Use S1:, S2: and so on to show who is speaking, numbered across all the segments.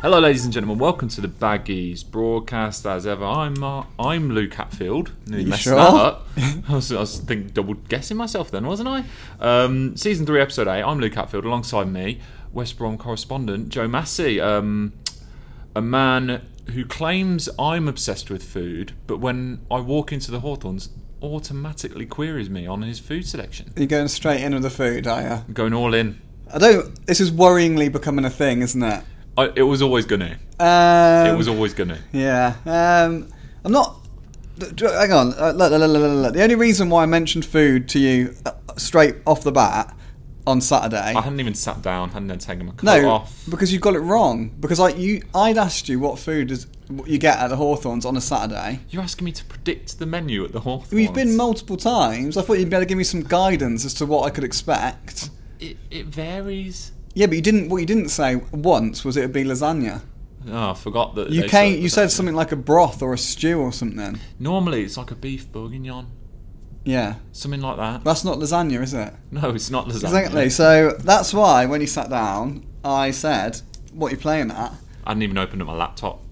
S1: Hello, ladies and gentlemen. Welcome to the Baggies broadcast. As ever, I'm Mar- I'm Luke Hatfield. Nearly
S2: you
S1: messed
S2: sure?
S1: that up. I was, I was think double guessing myself then, wasn't I? Um, season three, episode eight. I'm Luke Hatfield. Alongside me, West Brom correspondent Joe Massey, um, a man who claims I'm obsessed with food, but when I walk into the Hawthorns, automatically queries me on his food selection.
S2: You're going straight in with the food, are you?
S1: I'm going all in.
S2: I don't. This is worryingly becoming a thing, isn't it?
S1: I, it was always gonna.
S2: Um,
S1: It was always gonna.
S2: Yeah. Um, I'm not. d- d- Hang on. Uh, look, look, look, look, look, look. The only reason why I mentioned food to you uh, straight off the bat on Saturday.
S1: I hadn't even sat down, hadn't then taken my coat
S2: no,
S1: off.
S2: because you got it wrong. Because I you, I'd asked you what food is what you get at the Hawthorns on a Saturday.
S1: You're asking me to predict the menu at the Hawthorns.
S2: We've been multiple times. I thought you'd be able to give me some guidance as to what I could expect.
S1: It, it varies.
S2: Yeah, but you didn't. What you didn't say once was it would be lasagna.
S1: Oh, I forgot that.
S2: You
S1: they
S2: came,
S1: serve
S2: You
S1: lasagna.
S2: said something like a broth or a stew or something.
S1: Normally, it's like a beef bourguignon,
S2: Yeah,
S1: something like that.
S2: that's not lasagna, is it?
S1: No, it's not lasagna.
S2: Exactly. So that's why when you sat down, I said, "What are you playing at?"
S1: I didn't even open up my laptop.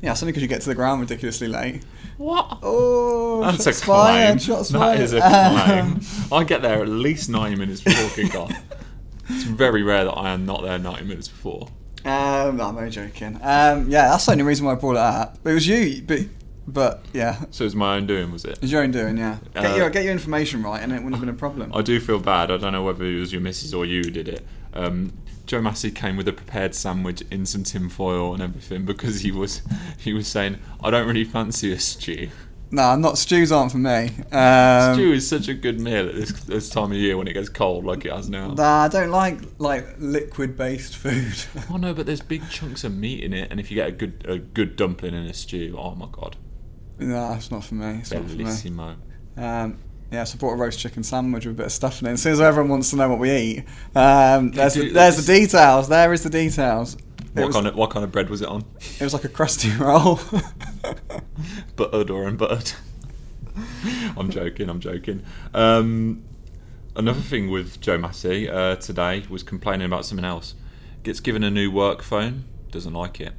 S2: Yeah, it's only because you get to the ground ridiculously late.
S1: What?
S2: Oh,
S1: That's
S2: shots
S1: a claim.
S2: fired, shots
S1: That
S2: fired.
S1: is a
S2: Um,
S1: claim. I get there at least 90 minutes before kickoff. It's very rare that I am not there 90 minutes before.
S2: Um, no, I'm only joking. Um, yeah, that's the only reason why I brought it up. It was you, but but yeah,
S1: So it was my own doing, was it?
S2: it's your own doing. Yeah, get
S1: Uh,
S2: your get your information right, and it wouldn't have been a problem.
S1: I do feel bad. I don't know whether it was your missus or you who did it. Um, Joe Massey came with a prepared sandwich in some tinfoil and everything because he was he was saying, "I don't really fancy a stew."
S2: No, I'm not stews aren't for me. Um,
S1: stew is such a good meal at this, this time of year when it gets cold like it has now.
S2: Nah, I don't like like liquid based food.
S1: oh no, but there's big chunks of meat in it, and if you get a good a good dumpling in a stew, oh my god,
S2: nah, it's not for me. It's not for me.
S1: bellissimo.
S2: Um, yeah, so I brought a roast chicken sandwich with a bit of stuffing in. As soon as everyone wants to know what we eat, um, there's the,
S1: do
S2: there's the
S1: this.
S2: details. There is the details. It
S1: What
S2: was,
S1: kind of what kind of bread was it on?
S2: it was like a crusty roll.
S1: buttered or unbuttered. I'm joking, I'm joking. Um, another thing with Joe Massey uh, today was complaining about something else. Gets given a new work phone, doesn't like it.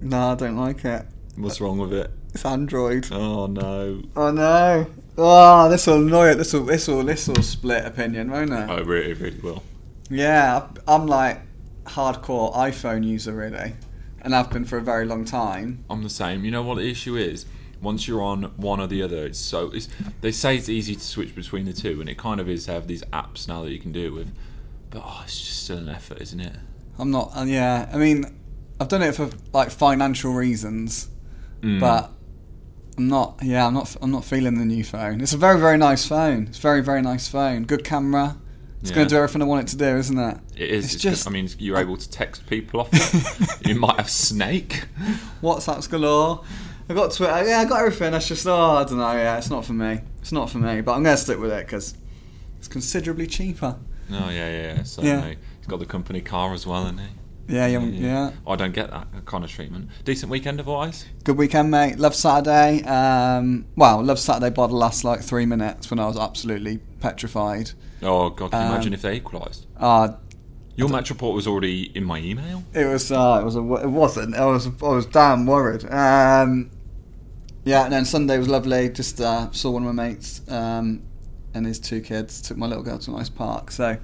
S2: no, I don't like it.
S1: What's wrong with it?
S2: It's Android.
S1: Oh no.
S2: Oh no. Oh, this will annoy it. This will this will this will split opinion, won't it?
S1: Oh, it really, really will.
S2: Yeah, I'm like hardcore iPhone user really, and I've been for a very long time.
S1: I'm the same. You know what the issue is? Once you're on one or the other, it's so. It's, they say it's easy to switch between the two, and it kind of is. They have these apps now that you can do it with, but oh, it's just still an effort, isn't it?
S2: I'm not. Uh, yeah, I mean, I've done it for like financial reasons,
S1: Hmm.
S2: but I'm not. Yeah, I'm not. I'm not feeling the new phone. It's a very, very nice phone. It's a very, very nice phone. Good camera. It's
S1: Yeah.
S2: going to do everything I want it to do, isn't it?
S1: It is.
S2: It's
S1: It's
S2: just-
S1: just. I mean, you're able to text people off. it. you might have Snake.
S2: WhatsApp's galore. I got Twitter. Yeah, I got everything. That's just. Oh, I don't know. Yeah, it's not for me. It's not for me. But I'm going to stick with it because it's considerably cheaper.
S1: Oh yeah, yeah, yeah. Certainly. He's got the company car as well, isn't he?
S2: Yeah, yeah, yeah.
S1: I don't get that kind of treatment. Decent weekend otherwise.
S2: Good weekend, mate. Love Saturday. Um, well, love Saturday by the last like three minutes when I was absolutely petrified.
S1: Oh god, can you
S2: Um,
S1: imagine if they equalised?
S2: Uh,
S1: Your match report was already in my email.
S2: it was. Uh, it was. A, it wasn't. I was. I was damn worried. Um, yeah, and then Sunday was lovely. Just uh, saw one of my mates um, and his two kids. Took my little girl to a nice park. So,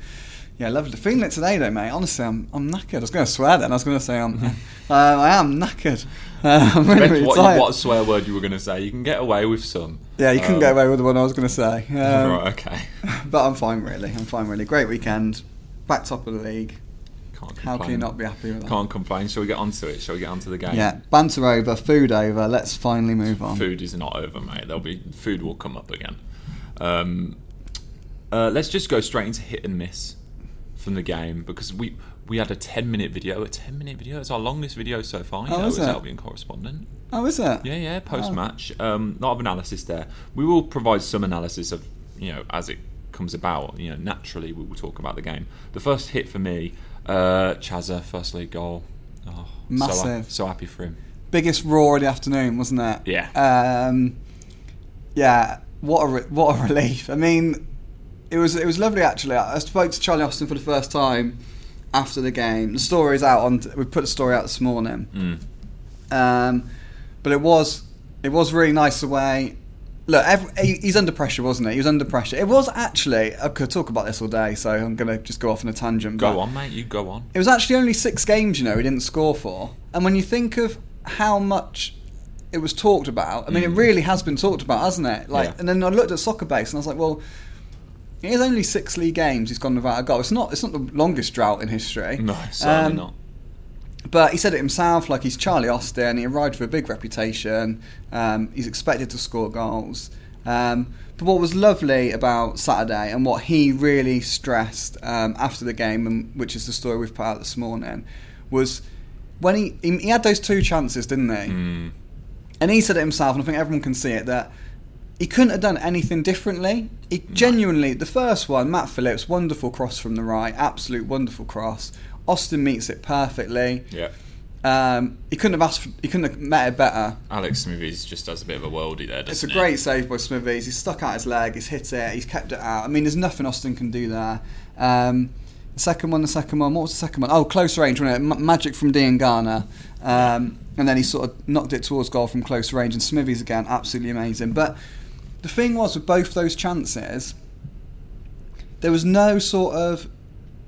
S2: yeah, lovely. Feeling it today, though, mate. Honestly, I'm. I'm knackered. I was going to swear then. I was going to say I'm. uh, I am knackered. Uh, I'm really,
S1: Depends
S2: really
S1: what,
S2: tired.
S1: what swear word you were going to say. You can get away with some.
S2: yeah, you couldn't
S1: Um,
S2: get away with the one I was going to say. Um,
S1: right. Okay.
S2: But I'm fine, really. I'm fine, really. Great weekend. Back top of the league.
S1: Can't
S2: How can you
S1: complain.
S2: not be happy with that?
S1: Can't complain. Shall we get onto it? Shall we get onto the game?
S2: Yeah, banter over, food over. Let's finally move on.
S1: Food is not over, mate. There'll be food will come up again. Um, uh, let's just go straight into hit and miss from the game because we we had a ten minute video. A ten minute video. It's our longest video so far. You
S2: Oh,
S1: know,
S2: is
S1: as
S2: it?
S1: Albion correspondent.
S2: Oh, is it?
S1: Yeah, yeah. Post match.
S2: Oh.
S1: Um, lot of analysis there. We will provide some analysis of you know as it comes about. You know, naturally we will talk about the game. The first hit for me, uh, Chazza, first league goal. Oh, so hap-
S2: Massive.
S1: So, happy for him.
S2: Biggest roar of the afternoon, wasn't it?
S1: Yeah.
S2: Um, yeah. What a re- what a relief. I mean, it was it was lovely actually. I spoke to Charlie Austin for the first time after the game. The story's out on. We put the story out this morning.
S1: Mm.
S2: Um, but it was it was really nice the way. Look, ev he, he's under pressure, wasn't he? He was under pressure. It was actually. I could talk about this all day, so I'm going to just go off on a tangent.
S1: Go
S2: but
S1: on, mate. You go on.
S2: It was actually only six games, you know, he didn't score for. And when you think of how much it was talked about, I mean,
S1: Mm.
S2: it really has been talked about, hasn't it? Like,
S1: Yeah.
S2: and then I looked at soccer base and I was like, well, it is only six league games he's gone without a goal. It's not. It's not the longest drought in history.
S1: No, certainly
S2: Um,
S1: not.
S2: but he said it himself, like he's Charlie Austin. He arrived with a big reputation. Um, he's expected to score goals. Um, but what was lovely about Saturday and what he really stressed um, after the game, and which is the story we've put out this morning, was when he he, he had those two chances, didn't he?
S1: Mm.
S2: And he said it himself, and I think everyone can see it that he couldn't have done anything differently. He genuinely, the first one, Matt Phillips, wonderful cross from the right, absolute wonderful cross. Austin meets it perfectly.
S1: Yeah.
S2: Um, he couldn't have asked. For, he couldn't have met it better.
S3: Alex Smithies just does a bit of a worldie there, doesn't
S2: It's a
S3: he?
S2: great save by Smithies. He's stuck out his leg. He's hit it. He's kept it out. I mean, there's nothing Austin can do there. Um, the second one. The second one. What was the second one? Oh, close range. Wasn't it? M- magic from Dean Garner. Um, and then he sort of knocked it towards goal from close range. And Smithies again, absolutely amazing. But the thing was with both those chances, there was no sort of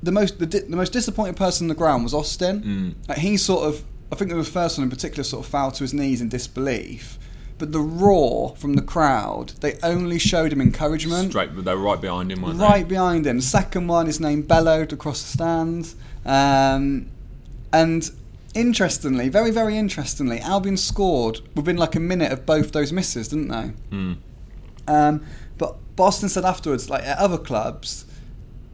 S2: the most the, di- the most disappointed person on the ground was Austin.
S1: Mm.
S2: Like he sort of, I think the first one in particular, sort of fell to his knees in disbelief. But the roar from the crowd, they only showed him encouragement.
S1: Straight, but they're right behind him, weren't
S2: right behind him. Second one, his name bellowed across the stands. Um, and interestingly, very, very interestingly, Albion scored within like a minute of both those misses, didn't they?
S1: they? Mm.
S2: Um, but Boston said afterwards, like at other clubs,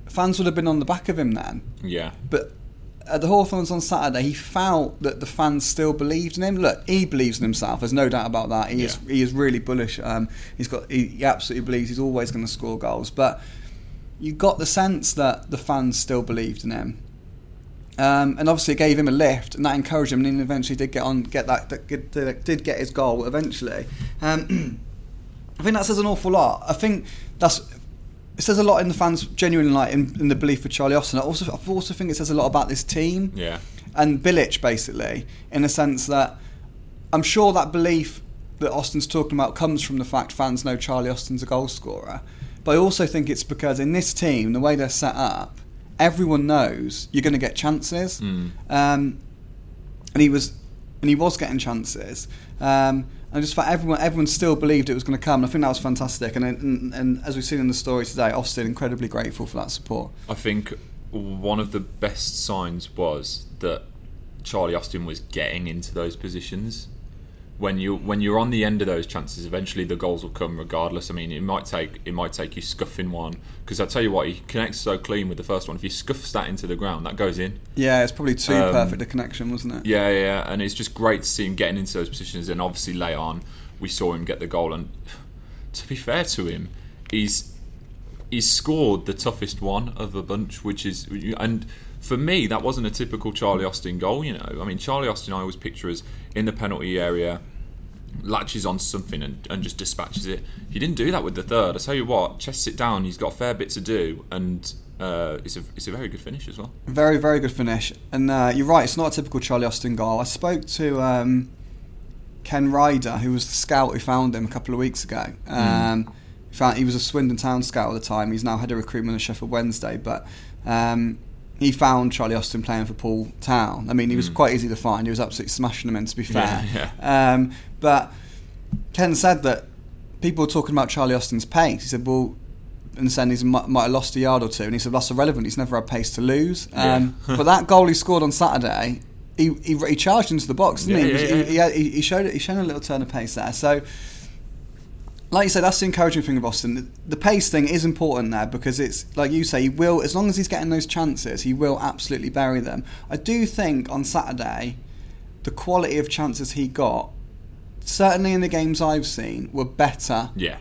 S2: fans would have been on the back of him then.
S1: Yeah.
S2: But at the Hawthorns on Saturday, he felt that the fans still believed in him. Look, he believes in himself. There's no doubt about that. He is
S1: Yeah.
S2: he is really bullish. Um, he's got he, he absolutely believes he's always going to score goals. But you got the sense that the fans still believed in him. Um, and obviously, it gave him a lift, and that encouraged him. And he eventually did get on, get that, that did, did get his goal eventually. Um, I think that says an awful lot. I think that's it says a lot in the fans genuinely like in, in the belief of Charlie Austin. I also I also think it says a lot about this team
S1: Yeah.
S2: and Bilic basically in the sense that I'm sure that belief that Austin's talking about comes from the fact fans know Charlie Austin's a goal scorer. But I also think it's because in this team, the way they're set up, everyone knows you're going to get chances.
S1: Mm.
S2: Um, and he was and he was getting chances. Um, and I just thought everyone everyone still believed it was going to come. And I think that was fantastic. And, and and as we've seen in the story today, Austin incredibly grateful for that support.
S1: I think one of the best signs was that Charlie Austin was getting into those positions. When you when you're on the end of those chances, eventually the goals will come regardless. I mean, it might take it might take you scuffing one because I tell you what, he connects so clean with the first one. If he scuffs that into the ground, that goes in.
S2: Yeah, it's probably too
S1: Um,
S2: perfect a connection, wasn't it?
S1: Yeah, yeah, and it's just great to see him getting into those positions. And obviously, late on, we saw him get the goal. And to be fair to him, he's he's scored the toughest one of the bunch, which is and for me that wasn't a typical Charlie Austin goal. You know, I mean Charlie Austin, I always picture as in the penalty area, latches on something and, and just dispatches it. He didn't do that with the third. I tell you what, chests it down. He's got a fair bit to do, and uh, it's a it's a very good finish as well.
S2: Very, very good finish. And uh, you're right, it's not a typical Charlie Austin goal. I spoke to um, Ken Ryder, who was the scout who found him a couple of weeks ago.
S1: Hmm.
S2: Um, he found, he was a Swindon Town scout at the time. He's now had a recruitment at Sheffield Wednesday, but um, he found Charlie Austin playing for Paul Town. I mean, he was quite easy to find. He was absolutely smashing them in, to be fair.
S1: Hmm. Yeah,
S2: Um, but Ken said that people were talking about Charlie Austin's pace. He said, well, and saying he might, might have lost a yard or two, and he said that's irrelevant. He's never had pace to lose. Um,
S1: Yeah.
S2: but that goal he scored on Saturday, he, he, he charged into the box, didn't
S1: Yeah,
S2: he?
S1: yeah,
S2: he,
S1: yeah.
S2: he, had- he- he showed he showed a little turn of pace there. So, like you said, that's the encouraging thing of Austin. The, the pace thing is important there because it's like you say, he will as long as he's getting those chances, he will absolutely bury them. I do think on Saturday, the quality of chances he got, certainly in the games I've seen, were better
S1: Yeah,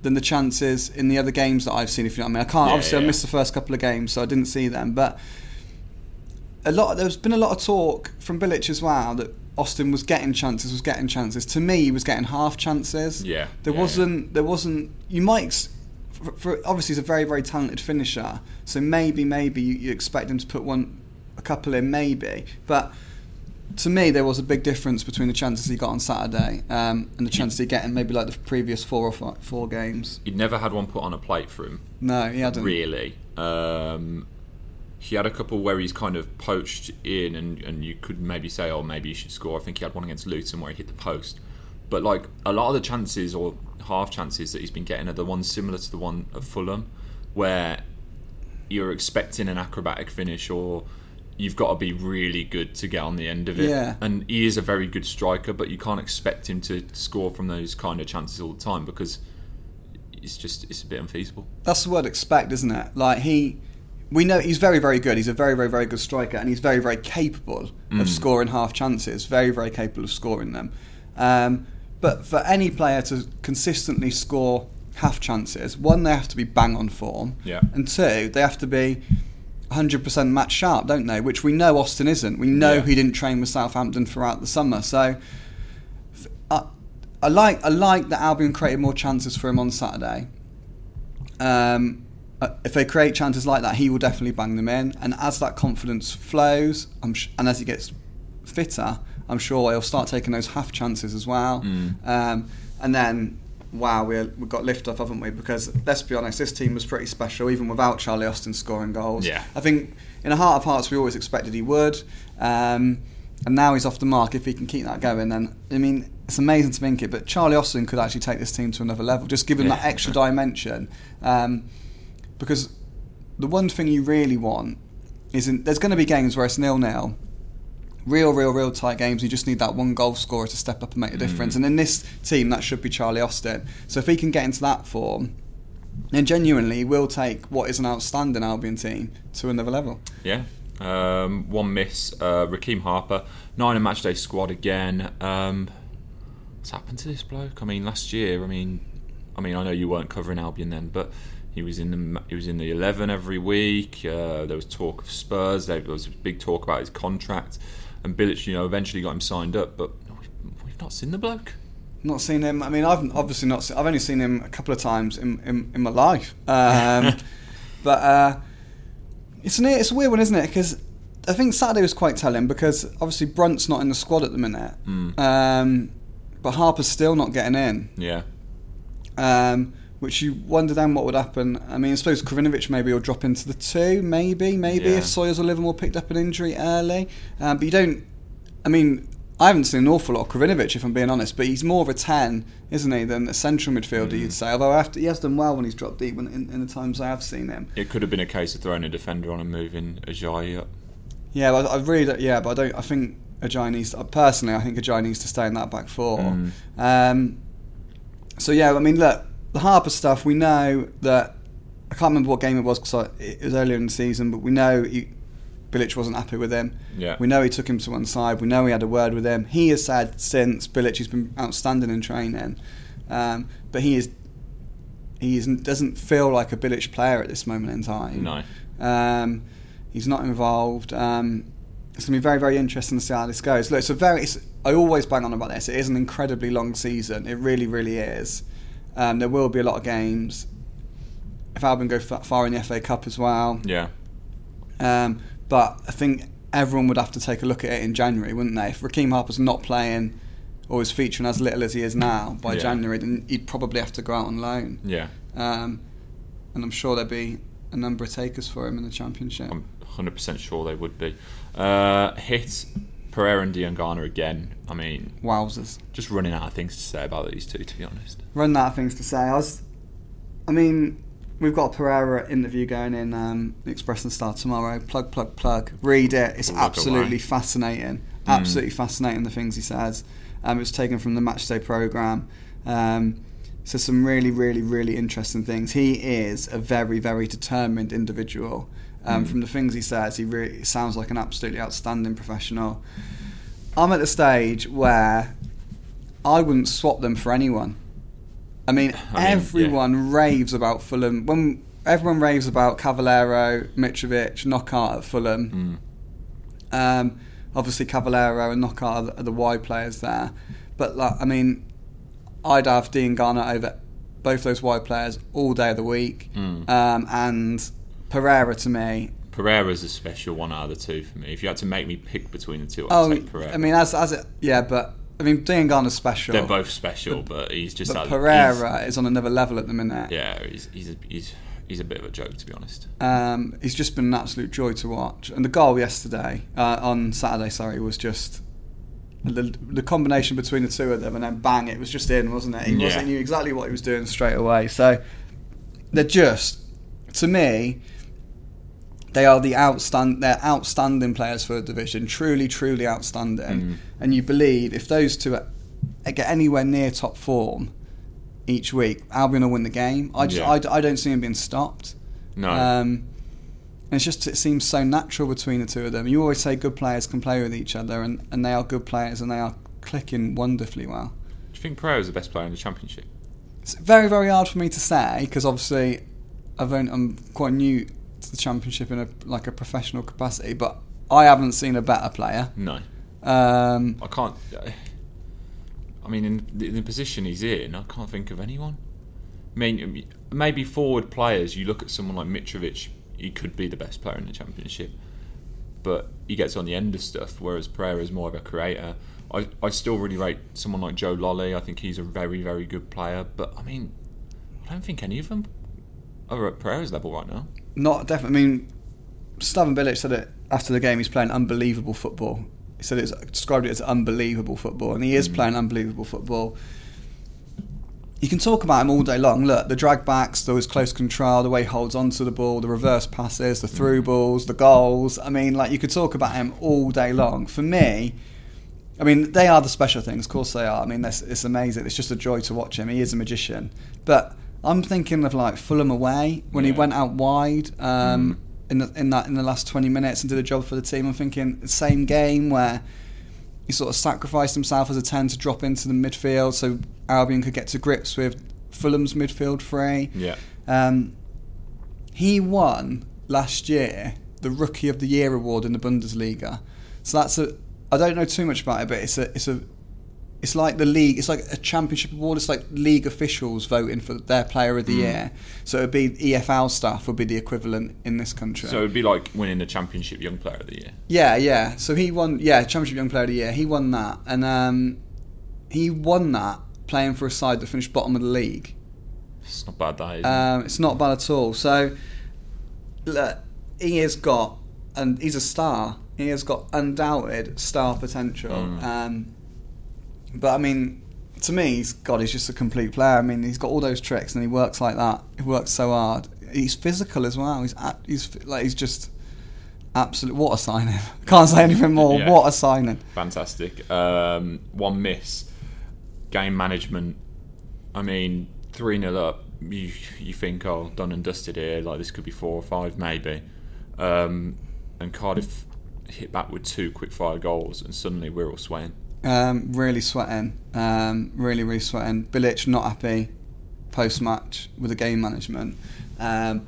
S2: than the chances in the other games that I've seen. If you know what I mean, I can't.
S1: Yeah,
S2: obviously,
S1: yeah.
S2: I missed the first couple of games, so I didn't see them. But a lot. There's been a lot of talk from Bilic as well that Austin was getting chances, was getting chances. To me, he was getting half chances.
S1: Yeah,
S2: There
S1: yeah,
S2: wasn't. There wasn't. You might. ex- For, for obviously, he's a very very talented finisher. So maybe maybe you, you expect him to put one. couple in maybe, but to me there was a big difference between the chances he got on Saturday um, and the chances he get in maybe like the previous four or five, four games.
S1: He'd never had one put on a plate for him,
S2: No, he hadn't.
S1: really. Um, he had a couple where he's kind of poached in, and, and you could maybe say, oh, maybe he should score. I think he had one against Luton where he hit the post. But like a lot of the chances or half chances that he's been getting are the ones similar to the one at Fulham, where you're expecting an acrobatic finish or you've got to be really good to get on the end of it.
S2: Yeah.
S1: And he is a very good striker, but you can't expect him to score from those kind of chances all the time because it's just it's a bit unfeasible.
S2: That's the word expect, isn't it? Like he, we know he's very, very good. He's a very, very, very good striker, and he's very, very capable
S1: Mm.
S2: of scoring half chances. Very, very capable of scoring them. Um, but for any player to consistently score half chances, one, they have to be bang on form,
S1: Yeah.
S2: and two, they have to be 100% match sharp, don't they? Which we know Austin isn't. We know
S1: Yeah.
S2: he didn't train with Southampton throughout the summer, so. f- I, I like I like that Albion created more chances for him on Saturday um, uh, if they create chances like that, he will definitely bang them in. And as that confidence flows, I'm sh- and as he gets fitter, I'm sure he'll start taking those half chances as well. Um, and then, wow, we're, we've got lift off, haven't we? Because let's be honest, this team was pretty special, even without Charlie Austin scoring goals.
S1: Yeah.
S2: I think in a heart of hearts, we always expected he would. Um, and now he's off the mark. If he can keep that going, then I mean, it's amazing to think it. But Charlie Austin could actually take this team to another level. Just give him
S1: Yeah.
S2: that extra dimension, um, because the one thing you really want is in, there's going to be games where it's nil nil, real, real, real tight games. You just need that one goal scorer to step up and make a difference. And in this team, that should be Charlie Austin. So if he can get into that form. then genuinely, will take what is an outstanding Albion team to another level.
S1: Yeah. Um, one miss. Uh, Raheem Harper, nine in matchday squad again. Um, what's happened to this bloke? I mean, last year. I mean, I mean, I know you weren't covering Albion then, but he was in the ma- he was in the eleven every week. Uh, there was talk of Spurs. There was big talk about his contract, and Bilic, you know, eventually got him signed up, but we've, we've not seen the bloke.
S2: Not seen him. I mean, I've obviously not. Seen, I've only seen him a couple of times in in, in my life. Um, but uh, it's an, it's a weird one, isn't it? Because I think Saturday was quite telling because obviously Brunt's not in the squad at the minute, um, but Harper's still not getting in,
S1: Yeah.
S2: um, which you wonder then what would happen. I mean, I suppose Kravinovic maybe will drop into the two, maybe, maybe
S1: Yeah.
S2: if Sawyer's or Livermore picked up an injury early, um, but you don't. I mean, I haven't seen an awful lot of Kravinovic, if I'm being honest, but he's more of a 10, isn't he, than a central midfielder, you'd say. Although I have to, he has done well when he's dropped deep in, in, in the times I have seen him.
S1: It could have been a case of throwing a defender on and moving Ajayi up.
S2: Yeah, but I I really don't, yeah, but I don't. I think Ajay needs. To, uh, personally, I think Ajay needs to stay in that back four.
S1: Mm.
S2: Um, so yeah, I mean, look, the Harper stuff. We know that I can't remember what game it was because it was earlier in the season, but we know he, Bilic wasn't happy with him.
S1: Yeah.
S2: We know he took him to one side. We know he had a word with him. He has said since Bilic has been outstanding in training, um, but he is he isn't, doesn't feel like a Bilic player at this moment in time.
S1: No.
S2: Um, he's not involved. Um, it's going to be very, very interesting to see how this goes. Look, it's a very. It's, I always bang on about this. It is an incredibly long season. It really, really is. Um, there will be a lot of games. If Albion go fa- far in the FA Cup as well,
S1: Yeah.
S2: um, but I think everyone would have to take a look at it in January, wouldn't they? If Raheem Harper's not playing or is featuring as little as he is now by
S1: Yeah.
S2: January, then he'd probably have to go out on loan.
S1: Yeah.
S2: Um, and I'm sure there'd be a number of takers for him in the championship.
S1: I'm 100% sure they would be. Uh, hit Pereira and Diangana again. I mean,
S2: Wowzers.
S1: just running out of things to say about these two, to be honest.
S2: Run out of things to say. I was, I mean, we've got a Pereira interview going in um, the Express and Star tomorrow. Plug, plug, plug. Read it. It's
S1: Plug away.
S2: absolutely fascinating. Absolutely fascinating the things he says. Um, it was taken from the Matchday program. Um, so some really, really, really interesting things. He is a very, very determined individual. Um, From the things he says, he really sounds like an absolutely outstanding professional. I'm at the stage where I wouldn't swap them for anyone. I mean,
S1: I mean,
S2: everyone raves about Fulham. When everyone raves about Cavallero, Mitrovic, Knockout at
S1: Mm.
S2: Fulham. Um, obviously, Cavallero and Knockout are the, are the Y players there. But like, I mean, I'd have Dean Garner over
S1: Mm.
S2: both those Y players all day of the week. Um, and Pereira to me
S1: Pereira's a special one out of the two for me. If you had to make me pick between the two, I'd
S2: Oh,
S1: take Pereira.
S2: I mean, as as it, yeah, but I mean, Diangana's special.
S1: they're both special, but he's just
S2: but
S1: had-
S2: Pereira is on another level at the minute.
S1: he's- yeah, he's he's a, he's he's a bit of a joke to be honest.
S2: Um, he's just been an absolute joy to watch. And the goal yesterday, uh, on Saturday, sorry, was just the, the combination between the two of them, and then bang, it was just in, wasn't it? He, was,
S1: Yeah.
S2: he knew exactly what he was doing straight away. So they're just, to me, they are the outstand, they're outstanding players for the division, truly, truly outstanding.
S1: Mm.
S2: And you believe if those two are, get anywhere near top form each week, Albion will win the game. I just,
S1: Yeah.
S2: I d- I don't see him being stopped.
S1: No,
S2: Um, and it's just it seems so natural between the two of them. You always say good players can play with each other, and, and they are good players, and they are clicking wonderfully well.
S1: do you think Pereira's the best player in the championship?
S2: It's very very hard for me to say because obviously I've only, I'm quite new to the championship in a like a professional capacity, but I haven't seen a better player.
S1: No,
S2: Um,
S1: I can't. uh, I mean, in the, in the position he's in, I can't think of anyone. I mean, um, maybe forward players. You look at someone like Mitrovic; he could be the best player in the championship, but he gets on the end of stuff. Whereas Pereira is more of a creator. I, I still really rate someone like Joe Lolly. I think he's a very very good player. But I mean, I don't think any of them are at Pereira's level right now.
S2: not definitely. I mean, Slaven Bilic said it after the game. He's playing unbelievable football. He said it's described it as unbelievable football, and he is playing unbelievable football. You can talk about him all day long. Look, the drag backs, those close control, the way he holds onto the ball, the reverse passes, the through balls, the goals. I mean, like you could talk about him all day long. For me, I mean, they are the special things. Of course, they are. I mean, that's, it's amazing. It's just a joy to watch him. He is a magician. But I'm thinking of like Fulham away when he
S1: Yeah.
S2: went out wide um, in the, in that in the last 20 minutes and did a job for the team. I'm thinking same game where he sort of sacrificed himself as a 10 to drop into the midfield so Albion could get to grips with Fulham's midfield free.
S1: Yeah,
S2: Um, he won last year the Rookie of the Year award in the Bundesliga. So that's a. I don't know too much about it, but it's a. It's a. It's like the league. It's like a championship award. It's like league officials voting for their player
S1: Mm.
S2: of the year. So it'd be E EFL staff would be the equivalent in this country.
S1: so it'd be like winning the championship Young Player of the Year.
S2: Yeah, yeah. So he won. Yeah, Championship Young Player of the Year. He won that, and um, he won that playing for a side that finished bottom of the league.
S1: It's not bad that. Is it?
S2: Um, it's not bad at all. So, look, he has got, and he's a star. He has got undoubted star potential.
S1: Mm.
S2: Um, but I mean, to me, he's, God, he's just a complete player. I mean, he's got all those tricks, and he works like that. He works so hard. He's physical as well. He's at, he's f- like he's just absolute. What a signing! Can't say anything more.
S1: Yeah.
S2: What a signing!
S1: Fantastic. Um, one miss. Game management. I mean, 3 0 up. You, you think, oh, done and dusted here. Like, this could be four or five, maybe. Um, and Cardiff hit back with two quick fire goals, and suddenly we're all swaying.
S2: Um, really sweating. Um, really, really sweating. Bilic not happy post match with the game management. Um,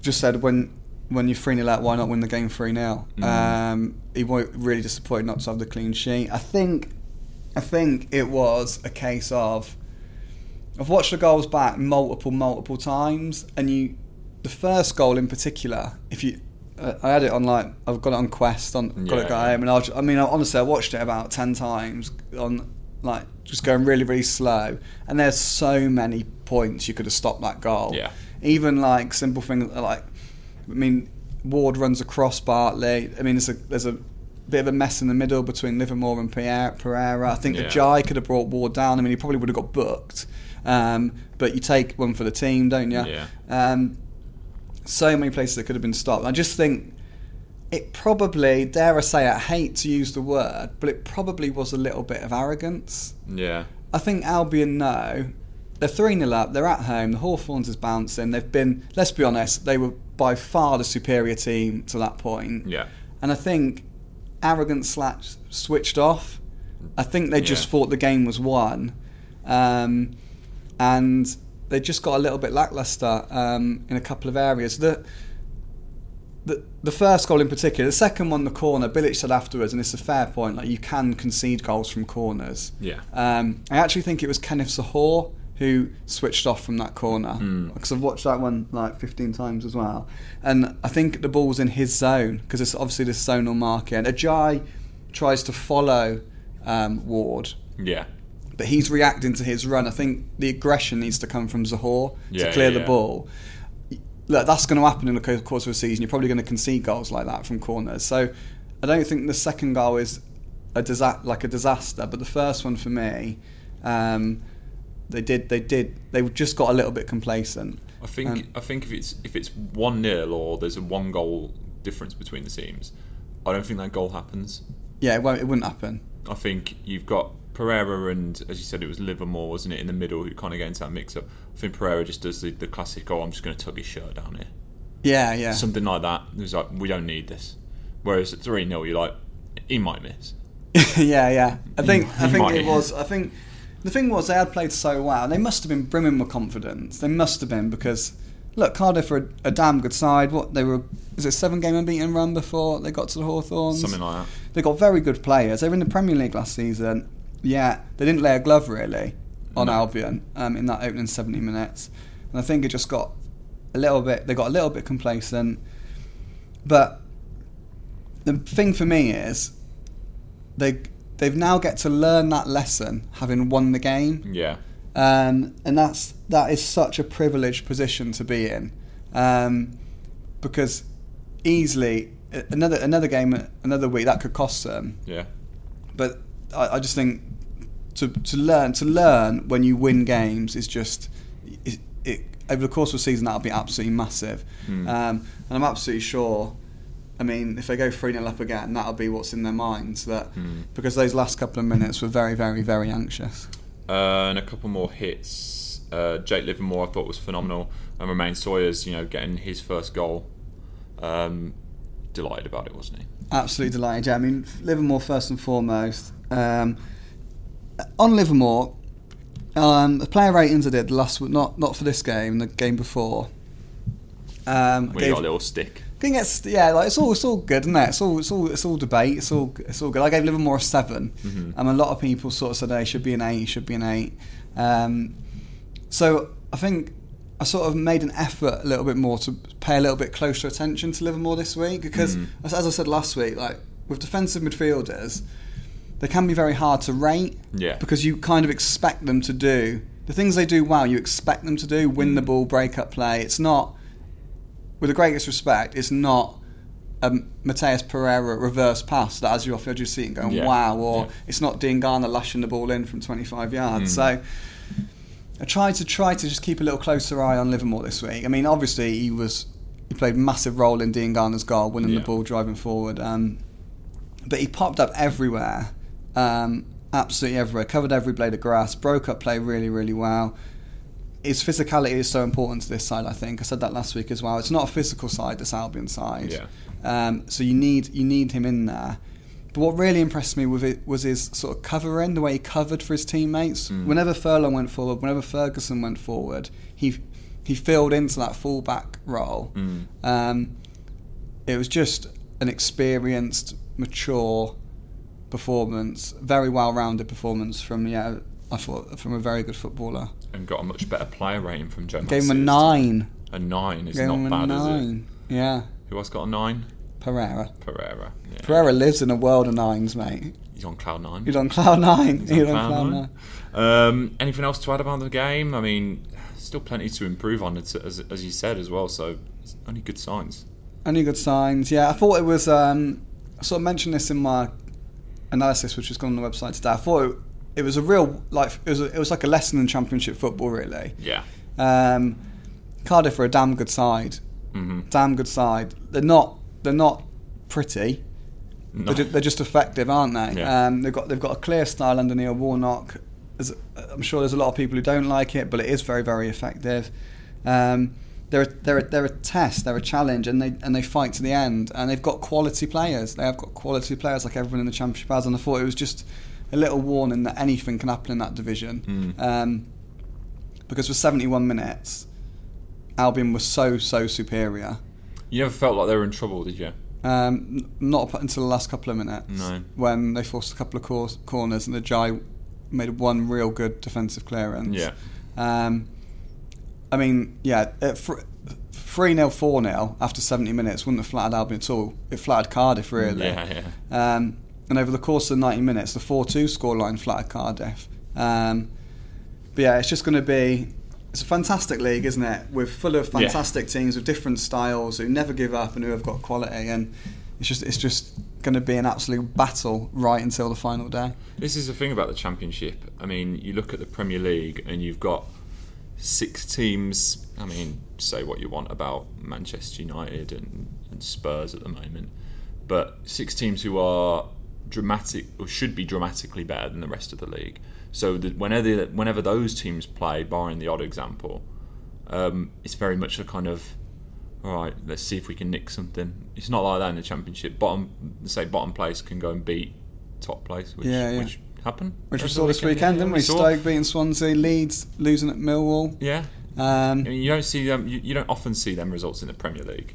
S2: just said when when you're 3 0 out, why not win the game 3 0? Um, he was really disappointed not to have the clean sheet. I think I think it was a case of I've watched the goals back multiple, multiple times, and you, the first goal in particular, if you, uh, I had it on like I've got it on Quest, on got it
S1: Yeah.
S2: got home, and I, was- I mean I, honestly I watched it about ten times on like just going really, really slow, and there's so many points you could have stopped that goal.
S1: Yeah.
S2: Even like simple things like, I mean, Ward runs across Bartley. I mean, it's a, there's a bit of a mess in the middle between Livermore and Pierre, Pereira. I think the
S1: Yeah.
S2: Jai could have brought Ward down. I mean, he probably would have got booked. Um, but you take one for the team, don't you?
S1: Yeah.
S2: Um, so many places that could have been stopped. I just think it probably, dare I say, I hate to use the word, but it probably was a little bit of arrogance.
S1: Yeah.
S2: I think Albion know they're 3 0 up, they're at home, the Hawthorns is bouncing. They've been, let's be honest, they were by far the superior team to that point.
S1: Yeah.
S2: And I think arrogant slash switched off. I think they just
S1: Yeah.
S2: thought the game was won. Um, and they just got a little bit lackluster um, in a couple of areas. The, the, the first goal in particular, the second one, the corner, Bilic said afterwards, and it's a fair point, like you can concede goals from corners.
S1: Yeah.
S2: Um, I actually think it was Kenneth Sahor who switched off from that corner because I've watched that one like 15 times as well, and I think the ball's in his zone because it's obviously this zonal marking. Ajay tries to follow um, Ward,
S1: Yeah.
S2: but he's reacting to his run. I think the aggression needs to come from Zahor
S1: Yeah,
S2: to clear
S1: yeah,
S2: the
S1: yeah.
S2: ball. Look, that's going to happen in the co- course of a season. You're probably going to concede goals like that from corners. So I don't think the second goal is a disa- like a disaster, but the first one for me, um, they did, they did, they just got a little bit complacent.
S1: I think
S2: Um,
S1: I think if it's if it's one 0 or there's a one goal difference between the teams, I don't think that goal happens.
S2: Yeah, it, won't, it wouldn't happen.
S1: I think you've got Pereira and, as you said, it was Livermore, wasn't it, in the middle who kind of get into that mix up. I think Pereira just does the, the classic, oh, I'm just going to tug his shirt down here.
S2: Yeah, yeah.
S1: Something like that. It was like, we don't need this. Whereas at 3 0, you're like, he might miss.
S2: yeah, yeah. I think
S1: You-
S2: I
S1: you
S2: think
S1: might.
S2: it was. I think the thing was they had played so well. They must have been brimming with confidence. They must have been because look, Cardiff are a, a damn good side. What they were is it a seven game unbeaten run before they got to the Hawthorns?
S1: Something like that.
S2: they got very good players. They were in the Premier League last season. Yeah, they didn't lay a glove really on Albion um, in that opening 70 minutes, and I think it just got a little bit. They got a little bit complacent. But the thing for me is they they've now get to learn that lesson having won the game
S1: Yeah.
S2: um, and that's that is such a privileged position to be in, um, because easily a- another another game another week that could cost them.
S1: Yeah.
S2: But I, I just think to to learn to learn when you win games is just it, it, over the course of a season that'll be absolutely massive, um, and I'm absolutely sure. I mean, if they go 3 0 up again, that'll be what's in their minds. That because those last couple of minutes were very, very, very anxious.
S1: Uh, and a couple more hits. Uh, Jake Livermore, I thought was phenomenal, and Romain Sawyer's, you know, getting his first goal. Um, delighted about it, wasn't he?
S2: Absolutely delighted. Yeah, I mean, Livermore first and foremost. Um, on Livermore, um, the player ratings I did last not not for this game, the game before. Um, I
S1: We
S2: gave-
S1: got a little stick.
S2: I think it's yeah, like it's all it's all good, isn't it? It's all it's all it's all debate. It's all it's all good. I gave Livermore a 7 and a lot of people sort of said they should be an eight, should be an eight. Um, so I think I sort of made an effort a little bit more to pay a little bit closer attention to Livermore this week because, as, as I said last week, like with defensive midfielders, they can be very hard to rate.
S1: Yeah.
S2: Because you kind of expect them to do the things they do well. You expect them to do win the ball, break up play. It's not, with the greatest respect, it's not. Um, Mateus Pereira reverse pass that as you off the edge of your seat and going
S1: Yeah.
S2: wow, or
S1: Yeah. Hmm.
S2: it's not Dean Garner lashing the ball in from 25 yards. So I tried to try to just keep a little closer eye on Livermore this week. I mean, obviously he was he played a massive role in Dean Garner's goal, winning
S1: Yeah.
S2: the ball, driving forward. Um, but he popped up everywhere, um, absolutely everywhere. Covered every blade of grass. Broke up play really, really well. His physicality is so important to this side. I think I said that last week as well. It's not a physical side, this Albion side.
S1: Yeah.
S2: Um, so you need you need him in there. But what really impressed me with it was his sort of covering, the way he covered for his teammates.
S1: Mm.
S2: Whenever Furlong went forward, whenever Ferguson went forward, he he filled into that fullback role.
S1: Mm.
S2: Um, it was just an experienced, mature performance, very well-rounded performance from yeah, I thought from a very good footballer.
S1: and got a much better player rating from Joe
S2: Gave him a
S1: Massey.
S2: nine.
S1: A nine is
S2: Gave him
S1: not
S2: a
S1: bad, is it?
S2: nine. Yeah,
S1: Who else got a nine?
S2: Pereira.
S1: Pereira. Yeah.
S2: Pereira lives in a world of nines, mate.
S1: He's on cloud nine.
S2: He's on cloud nine. He's on, cloud, nine.
S1: Um, anything else to add about the game? I mean, still plenty to improve on, it's, as, as you said as well. So it's only good signs.
S2: Only good signs. Yeah, I thought it was. Um, I sort of mentioned this in my analysis, which has gone on the website today. I thought it, it was a real like it was. A, it was like a lesson in Championship football, really.
S1: Yeah.
S2: Um, Cardiff are a damn good side.
S1: Mm-hmm.
S2: Damn good side. They're not. They're not pretty.
S1: No.
S2: They're, ju- they're just effective, aren't they?
S1: Yeah.
S2: Um, they've got they've got a clear style under Neil Warnock. There's, I'm sure there's a lot of people who don't like it, but it is very very effective. Um, they're a, they're a, they're a test, they're a challenge, and they and they fight to the end. And they've got quality players. They have got quality players like everyone in the championship has. And I thought it was just a little warning that anything can happen in that division. Um, because for 71 minutes, Albion was so so superior.
S1: You never felt like they were in trouble, did you?
S2: Um, n- not up until the last couple of minutes.
S1: No.
S2: When they forced a couple of cor- corners and the Jai made one real good defensive clearance.
S1: Yeah.
S2: Um, I mean, yeah, at fr- 3 0, 4 0 after 70 minutes wouldn't have flattered Albion at all. It flattered Cardiff, really.
S1: Yeah,
S2: yeah. Um, and over the course of 90 minutes, the 4 2 scoreline flattered Cardiff. Um, but yeah, it's just going to be. It's a fantastic league, isn't it? We're full of
S1: Yeah.
S2: fantastic teams with different styles who never give up and who have got quality. And it's just it's just going to be an absolute battle right until the final day.
S1: This is the thing about the Championship. I mean, you look at the Premier League and you've got six teams. I mean, say what you want about Manchester United and, and Spurs at the moment, but six teams who are dramatic or should be dramatically better than the rest of the league. So that whenever whenever those teams play, barring the odd example, um, it's very much a kind of all right. Let's see if we can nick something. It's not like that in the Championship. Bottom, say bottom place can go and beat top place, which,
S2: Yeah, yeah.
S1: which happened.
S2: Which we
S1: over
S2: saw
S1: the
S2: this weekend,
S1: yeah.
S2: didn't we?
S1: saw-
S2: Stoke beating Swansea, Leeds losing at Millwall.
S1: Yeah,
S2: Um,
S1: I mean, you don't see them. You, you don't often see them results in the Premier League.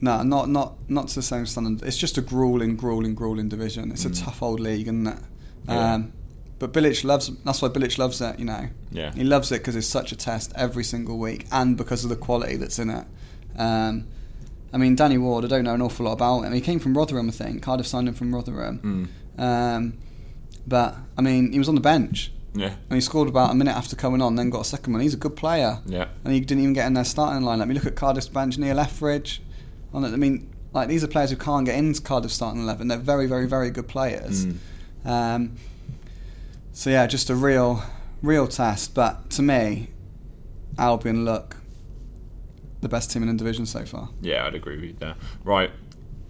S2: No, not not not to the same standard. It's just a grueling, grueling, grueling division. It's a tough old league, isn't it?
S1: Mm. Yeah.
S2: Um, but Bilic loves. That's why Bilic loves it. You know,
S1: Yeah,
S2: he loves it because it's such a test every single week, and because of the quality that's in it. Um, I mean, Danny Ward. I don't know an awful lot about him. He came from Rotherham, I think. Cardiff signed him from
S1: Mm.
S2: Rotherham. Um, but I mean, he was on the bench
S1: yeah,
S2: and he scored about a minute after coming on, then got a second one. He's a good player
S1: yeah.
S2: and he didn't even get in their starting line. Let me look at Cardiff's bench, Neil Etheridge. On it, I mean, like these are players who can't get into Cardiff starting eleven. They're very, very, very good players.
S1: Mm.
S2: Um, so yeah, just a real, real test. But to me, Albion look the best team in the division so far.
S1: Yeah, I'd agree with you there. Right,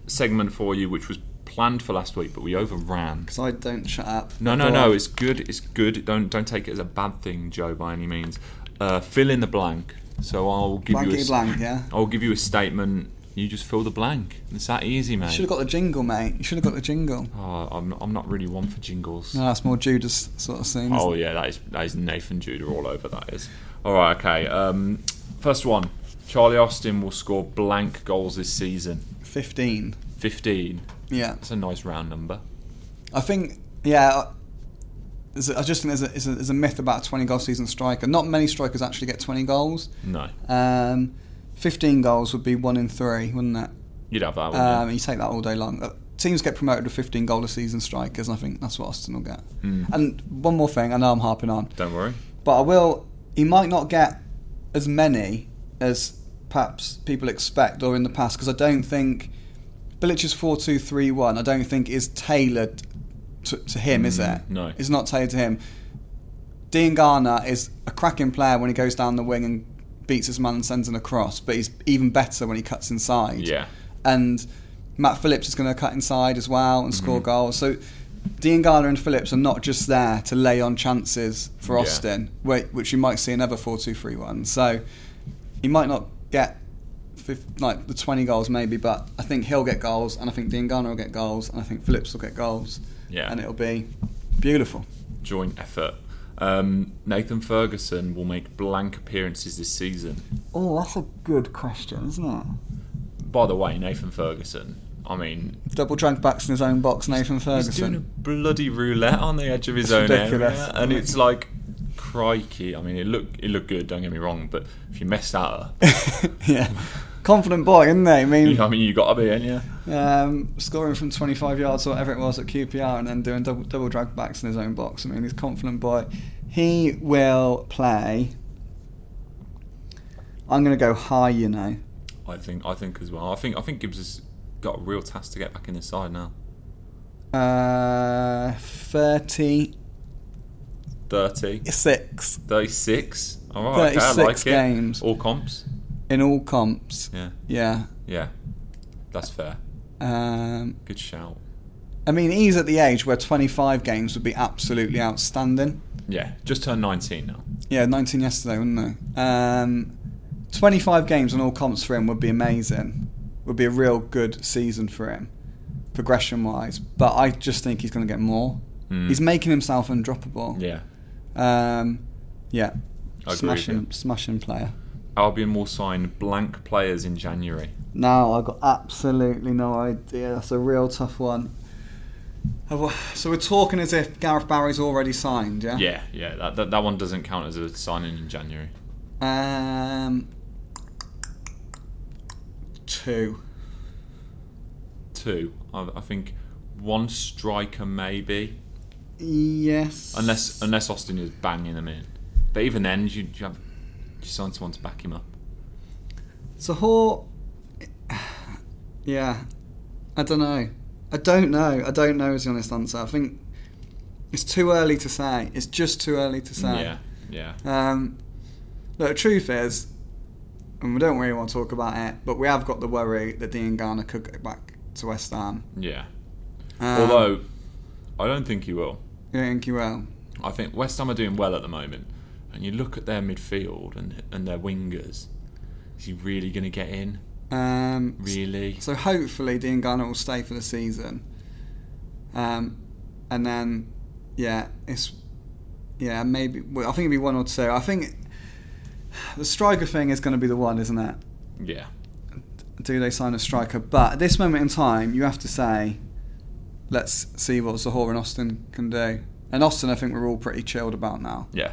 S1: segment for you, which was planned for last week, but we overran.
S2: So I don't shut up.
S1: No, no,
S2: Go
S1: no.
S2: on.
S1: It's good. It's good. Don't don't take it as a bad thing, Joe, by any means. Uh, fill in the blank. So I'll give you. a
S2: blankety
S1: s-
S2: blank. Yeah,
S1: I'll give you a statement. You just fill the blank. It's that easy, mate.
S2: should have got the jingle, mate. You should have got the jingle.
S1: Oh, I'm not, I'm not really one for jingles.
S2: No, that's more Judas sort of thing.
S1: Oh yeah, that is that is Nathan Judah all over. That is. All right. Okay. Um, first one. Charlie Austin will score blank goals this season.
S2: Fifteen.
S1: Fifteen.
S2: Yeah.
S1: That's a nice round number.
S2: I think, yeah, uh, there's a, I just think there's a, there's, a, there's a myth about a 20 goal season striker. Not many strikers actually get 20 goals.
S1: No,
S2: Um, 15 goals would be one in three, wouldn't it?
S1: you'd have that. Wouldn't you?
S2: Um, and you take that all day long. Uh, Teams get promoted with 15 goal a season strikers, and I think that's what Austin will get. And one more thing, I know I'm harping on,
S1: Don't worry.
S2: but I will. He might not get as many as perhaps people expect or in the past because I don't think Bilic's four-two-three-one. I don't think is tailored to, to him, is it?
S1: Mm, no.
S2: it's not tailored to him. Dean Garner is a cracking player when he goes down the wing and beats his man and sends in a cross, but he's even better when he cuts inside
S1: Yeah.
S2: and Matt Phillips is going to cut inside as well and
S1: Mm-hmm.
S2: score goals. So Dean Garner and Phillips are not just there to lay on chances for
S1: Yeah.
S2: Austin, whi- which you might see another 4 2 3 1. So he might not get fif- like the 20 goals maybe, but I think he'll get goals, and I think Dean Garner will get goals, and I think Phillips will get goals.
S1: Yeah.
S2: And it'll be beautiful.
S1: Joint effort. Um, Nathan Ferguson will make blank appearances this season.
S2: Oh, that's a good question, isn't it?
S1: By the way, Nathan Ferguson. I mean,
S2: Double drag backs in his own box, Nathan Ferguson.
S1: He's doing a bloody roulette on the edge of his
S2: It's
S1: own
S2: ridiculous.
S1: area, and it's like, crikey! I mean, it looked it looked good. Don't get me wrong, but if you mess that up,
S2: yeah. Confident boy, isn't he? I mean,
S1: you know, I mean, you got to be in, yeah.
S2: um, scoring from 25 yards or whatever it was at QPR and then doing double, double drag backs in his own box. I mean, he's a confident boy. He will play. I'm going to go high, you know.
S1: I think I think as well. I think I think Gibbs has got a real task to get back in the side now.
S2: Uh, 36.
S1: 30, 36. All right, okay, I
S2: 36
S1: like
S2: games.
S1: it. All comps.
S2: in all comps.
S1: Yeah,
S2: Yeah.
S1: yeah, that's fair.
S2: Um,
S1: Good shout.
S2: I mean, he's at the age where 25 games would be absolutely outstanding.
S1: Yeah, just turned 19 now.
S2: Yeah, 19 yesterday, wouldn't they? Um, 25 games on all comps for him would be amazing. Would be a real good season for him, progression wise. But I just think he's going to get more. He's making himself
S1: Mm.
S2: undroppable.
S1: Hmm. Yeah,
S2: Yeah. Um, yeah.
S1: I agree with you.
S2: smashing, smashing player.
S1: Albion will sign blank players in January.
S2: No, I've got absolutely no idea. That's a real tough one. Uh, So we're talking as if Gareth Barry's already signed, yeah?
S1: Yeah, yeah. That, that, that one doesn't count as a signing in January.
S2: Um, two.
S1: Two. I, I think one striker maybe,
S2: Yes.
S1: unless unless Austin is banging them in. But even then, you you, have, you sign someone to back him up.
S2: Sahor. Yeah. I don't know. I don't know. I don't know is the honest answer. I think it's too early to say. It's just too early to say.
S1: Yeah, yeah.
S2: Um, look, the truth is, and we don't really want to talk about it, but we have got the worry that Dean Garner could go back to West Ham.
S1: Yeah.
S2: Um,
S1: Although, I don't think he will.
S2: you think he will?
S1: I think West Ham are doing well at the moment, and you look at their midfield and and their wingers. Is he really going to get in?
S2: Um,
S1: Really?
S2: So hopefully Dean Garner will stay for the season. Um, and then, yeah, it's yeah maybe well, I think it'll be one or two. I think the striker thing is going to be the one, isn't it?
S1: Yeah.
S2: Do they sign a striker? But at this moment in time, you have to say, let's see what Zahor and Austin can do. And Austin, I think we're all pretty chilled about now.
S1: Yeah.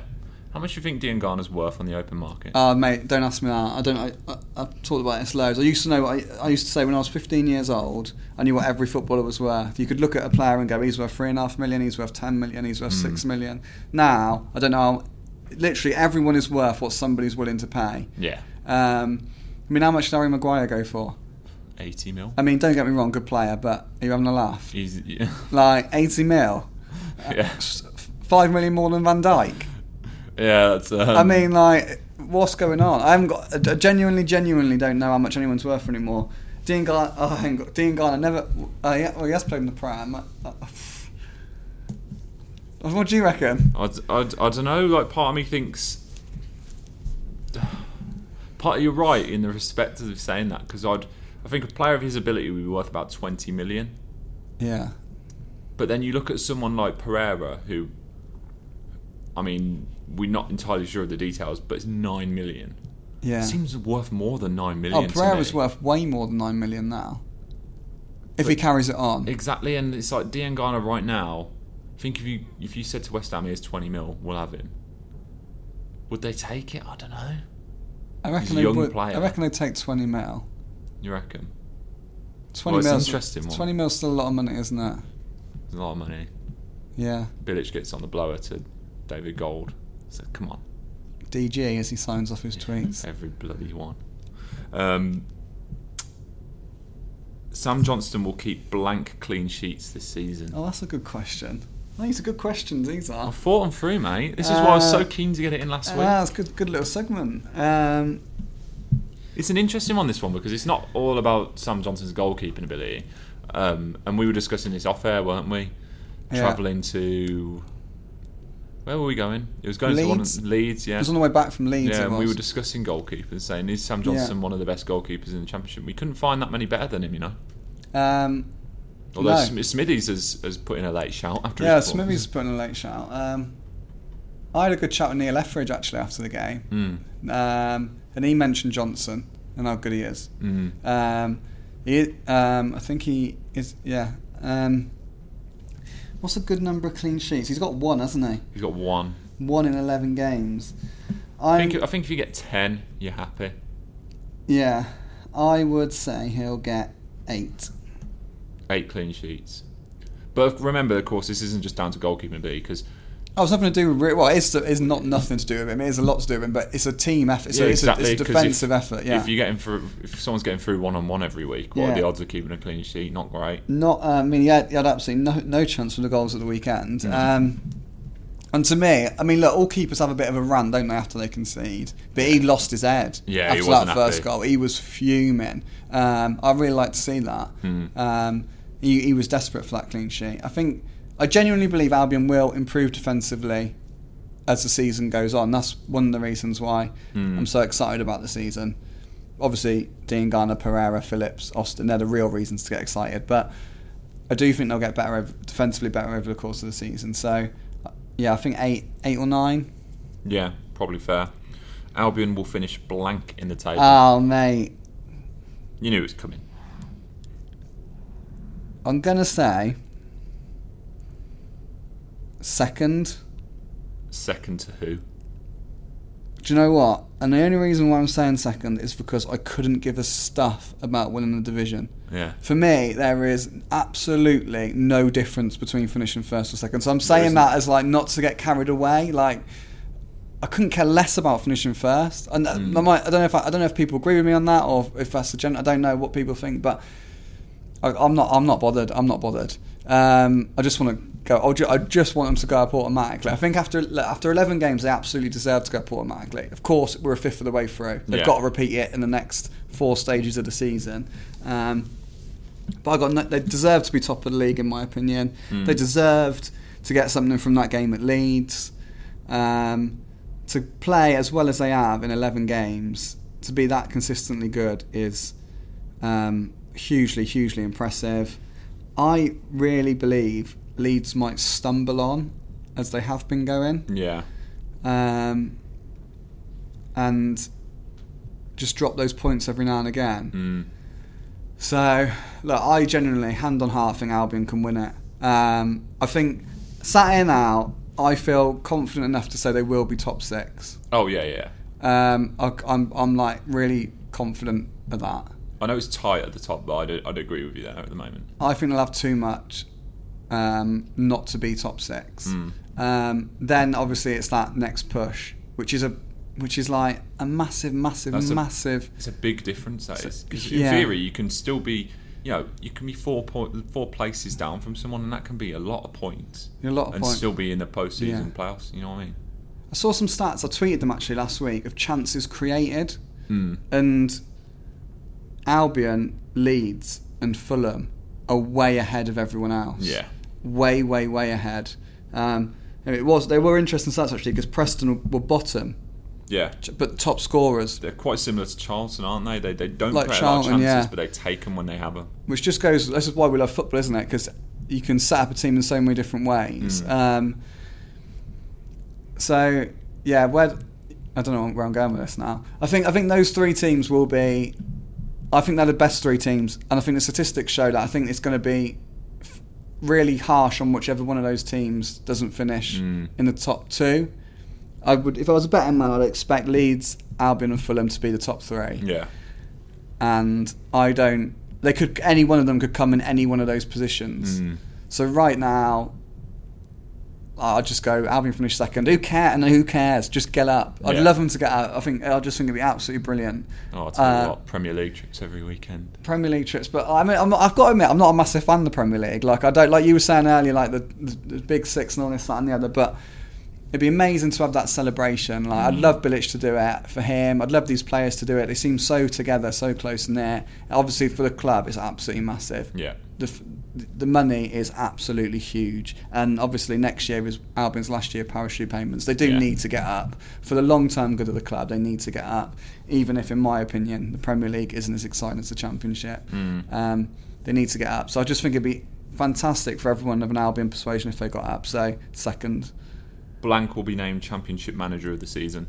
S1: How much do you think Dean Garner's worth on the open market?
S2: Oh, mate, don't ask me that. I don't. I, I, I've talked about this loads. I used to know. I, I used to say when I was 15 years old, I knew what every footballer was worth. You could look at a player and go, he's worth three and a half million. He's worth 10 million. He's worth six
S1: Mm.
S2: million. Now I don't know. Literally, everyone is worth what somebody's willing to pay.
S1: yeah.
S2: Um, I mean, how much did Harry Maguire go for?
S1: 80 mil.
S2: I mean, don't get me wrong, good player, but are you having a laugh?
S1: He's, yeah.
S2: Like 80 mil,
S1: yeah.
S2: S- f- five million more than Van Dyke.
S1: Yeah, that's. Um,
S2: I mean, like, what's going on? I haven't got. I genuinely, genuinely don't know how much anyone's worth anymore. Dean Garner, oh, I haven't got. Dean Garner never. Uh, yeah, well, he has played in the Prem. Uh, uh, what do you reckon?
S1: I, don't know. Like, part of me thinks. Part of you're right in the respect of saying that because I'd, I think a player of his ability would be worth about 20 million.
S2: Yeah.
S1: But then you look at someone like Pereira, who, I mean, we're not entirely sure of the details, but it's nine million.
S2: Yeah.
S1: Seems worth more than nine million.
S2: oh,
S1: to
S2: Pereira's
S1: me.
S2: worth way more than nine million now. If he carries it on.
S1: Exactly, and it's like Diangana right now. I think if you if you said to West Ham, "Here's twenty mil, we'll have him," would they take it? I don't know. he's
S2: I
S1: a
S2: reckon they
S1: young
S2: would. I
S1: player.
S2: reckon they take twenty mil.
S1: You reckon?
S2: Twenty
S1: Well, it's
S2: mil.
S1: interesting one.
S2: Twenty mil's still a lot of money, isn't it?
S1: It's a lot of money.
S2: Yeah.
S1: Bilic gets on the blower to David Gold. So come on,
S2: DG as he signs off his tweets.
S1: every bloody one. Um, Sam Johnston will keep blank clean sheets this season.
S2: Oh, that's a good question. These are good questions. These are.
S1: I thought I'm through, mate. This is why I was
S2: Uh,
S1: so keen to get it in last week.
S2: Ah, it's good, good little segment. Um,
S1: It's an interesting one, this one, because it's not all about Sam Johnson's goalkeeping ability. Um, and we were discussing this off air, weren't we?
S2: Yeah.
S1: Travelling to. Where were we going? It was going
S2: Leeds.
S1: to one Leeds, yeah.
S2: It was on the way back from Leeds.
S1: yeah,
S2: it
S1: and
S2: was.
S1: we were discussing goalkeepers, saying is Sam
S2: Yeah.
S1: Johnson one of the best goalkeepers in the championship? We couldn't find that many better than him, you know.
S2: um,
S1: Although
S2: No.
S1: Sm- Smithies has, has put in a late shout after.
S2: yeah,
S1: his performance.
S2: Smithy's putting a late shout. Um, I had a good chat with Neil Etheridge actually after the game,
S1: Hmm,
S2: um, and he mentioned Johnson and how good he is.
S1: Mm.
S2: Um, he, um, I think he is. Yeah. Um, what's a good number of clean sheets? He's got one, hasn't he?
S1: He's got one.
S2: One in eleven games.
S1: I
S2: I'm-
S1: think, I think if you get ten, you're happy.
S2: Yeah, I would say he'll get eight.
S1: Eight clean sheets. But remember, of course, this isn't just down to goalkeeping ability because
S2: Oh, it's nothing to do with Ri- well, it's it's not nothing to do with him. It is a lot to do with him, but it's a team effort. So
S1: yeah,
S2: it's,
S1: exactly.
S2: a, it's a
S1: 'cause
S2: defensive
S1: if,
S2: effort. Yeah,
S1: If you're getting through, if someone's getting through one on one every week, what
S2: Yeah.
S1: are the odds of keeping a clean sheet? Not great.
S2: not. Uh, I mean, he had, he had absolutely no, no chance for the goals at the weekend.
S1: No.
S2: Um, and to me, I mean, look, all keepers have a bit of a run, don't they, after they concede? But he lost his head
S1: Yeah, he
S2: after
S1: wasn't
S2: that first
S1: happy.
S2: goal. He was fuming. Um, I really like to see that.
S1: Hmm.
S2: Um, he, he was desperate for that clean sheet. I think I genuinely believe Albion will improve defensively as the season goes on. That's one of the reasons why I'm so excited about the season. Obviously, Dean Garner, Pereira, Phillips, Austin—they're the real reasons to get excited. But I do think they'll get better over, defensively better over the course of the season. So, uh, yeah, I think eight, eight or nine.
S1: Yeah, probably fair. Albion will finish blank in the table.
S2: Oh mate,
S1: you knew it was coming.
S2: I'm gonna say second.
S1: Second to who?
S2: Do you know what? And the only reason why I'm saying second is because I couldn't give a stuff about winning the division.
S1: Yeah.
S2: For me, there is absolutely no difference between finishing first or second. So I'm saying
S1: isn't.
S2: that as like not to get carried away. Like I couldn't care less about finishing first. And that-
S1: Mm.
S2: I might I don't know if I, I don't know if people agree with me on that or if that's the gen. I don't know what people think, but I, I'm not I'm not bothered. I'm not bothered. Um, I just want to go. I'll ju- I just want them to go up automatically. I think after after 11 games, they absolutely deserve to go up automatically. Of course, we're a fifth of the way through. They've
S1: Yeah.
S2: got to repeat it in the next four stages of the season. Um, but I got no, they deserve to be top of the league in my opinion. They deserved to get something from that game at Leeds. Um, to play as well as they have in 11 games, to be that consistently good is um, hugely, hugely impressive. I really believe Leeds might stumble on as they have been going
S1: Yeah.
S2: um, and just drop those points every now and again.
S1: Mm.
S2: So, look, I genuinely, hand on heart, think Albion can win it. Um, I think, sat in out, I feel confident enough to say they will be top six.
S1: Oh yeah, yeah.
S2: Um, I, I'm, I'm like really confident of that.
S1: I know it's tight at the top, but I'd, I'd agree with you there at the moment.
S2: I think they'll have too much um, not to be top six. Um, then obviously it's that next push, which is a which is like a massive, massive,
S1: That's a-
S2: massive.
S1: It's a big difference that is. 'Cause
S2: yeah.
S1: in theory, you can still be, you know, you can be four point, four places down from someone, and that can be a lot of points.
S2: A lot of
S1: and
S2: points.
S1: still be in the postseason
S2: Yeah.
S1: playoffs. You know what I mean?
S2: I saw some stats. I tweeted them actually last week of chances created, and Albion, Leeds, and Fulham are way ahead of everyone else.
S1: Yeah.
S2: way, way, way ahead. Um, and it was they were interesting stats actually because Preston were bottom,
S1: Yeah.
S2: but top scorers.
S1: They're quite similar to Charlton, aren't they? They, they don't
S2: Like
S1: create a lot
S2: Charlton,
S1: of chances,
S2: yeah.
S1: but they take them when they have them.
S2: which just goes this is why we love football isn't it because you can set up a team in so many different ways um, so yeah where I don't know where I'm going with this now I think I think those three teams will be I think they're the best three teams and I think the statistics show that I think it's going to be f- really harsh on whichever one of those teams doesn't finish in the top two I would if I was a betting man I'd expect Leeds Albion and Fulham to be the top three
S1: Yeah.
S2: and I don't. They could any one of them could come in any one of those positions.
S1: Hmm.
S2: So right now, I'll just go Albion finish second. Who care? And who cares? Just get up. I'd
S1: Yeah.
S2: love them to get out. I think I just think it'd be absolutely brilliant.
S1: Oh, I tell you
S2: Uh,
S1: what, Premier League trips every weekend.
S2: Premier League trips, but I mean, I'm, I've got to admit, I'm not a massive fan of the Premier League. Like I don't like you were saying earlier, like the, the, the big six and all this, that, and the other. But it'd be amazing to have that celebration. Like I'd love Bilic to do it for him. I'd love these players to do it. They seem so together, so close in there. Obviously, for the club, it's absolutely massive.
S1: Yeah.
S2: The, f- the money is absolutely huge, and obviously next year is Albion's last year parachute payments. They do
S1: Yeah.
S2: need to get up for the long term good of the club. They need to get up, even if, in my opinion, the Premier League isn't as exciting as the Championship. Um, they need to get up. So I just think it'd be fantastic for everyone of an Albion persuasion if they got up. So second,
S1: Blank will be named Championship Manager of the season.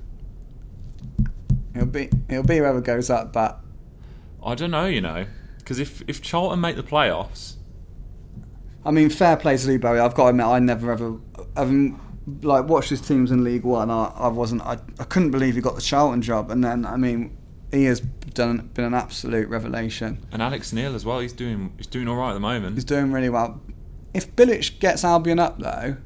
S2: it'll be it'll be whoever goes up, but
S1: I don't know, you know, because if if Charlton make the playoffs,
S2: I mean, fair play to Lou Barry. I've got to admit, I never ever, having like watched his teams in League One, I, I wasn't, I, I couldn't believe he got the Charlton job. And then, I mean, he has done been an absolute revelation.
S1: and Alex Neil as well, he's doing he's doing all right at the
S2: He's
S1: moment.
S2: doing really well. If Bilic gets Albion up though,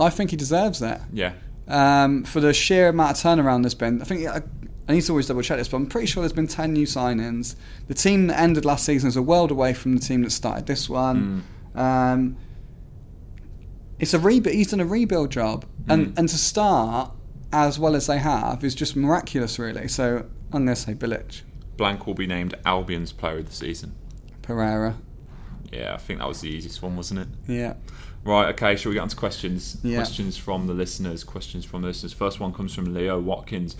S2: I think he deserves it
S1: Yeah,
S2: um, for the sheer amount of turnaround there's been. I think I, I need to always double check this, but I'm pretty sure there's been 10 new signings. The team that ended last season is a world away from the team that started this one. Um, it's a rebuild. He's done a rebuild job, and and to start as well as they have is just miraculous, really. So I'm going to say Bilic,
S1: Blank will be named Albion's Player of the season.
S2: Pereira.
S1: Yeah, I think that was the easiest one, wasn't it?
S2: Yeah,
S1: Right, okay, shall we get on to questions?
S2: Yeah.
S1: Questions from the listeners, questions from the listeners. First one comes from Leo Watkins.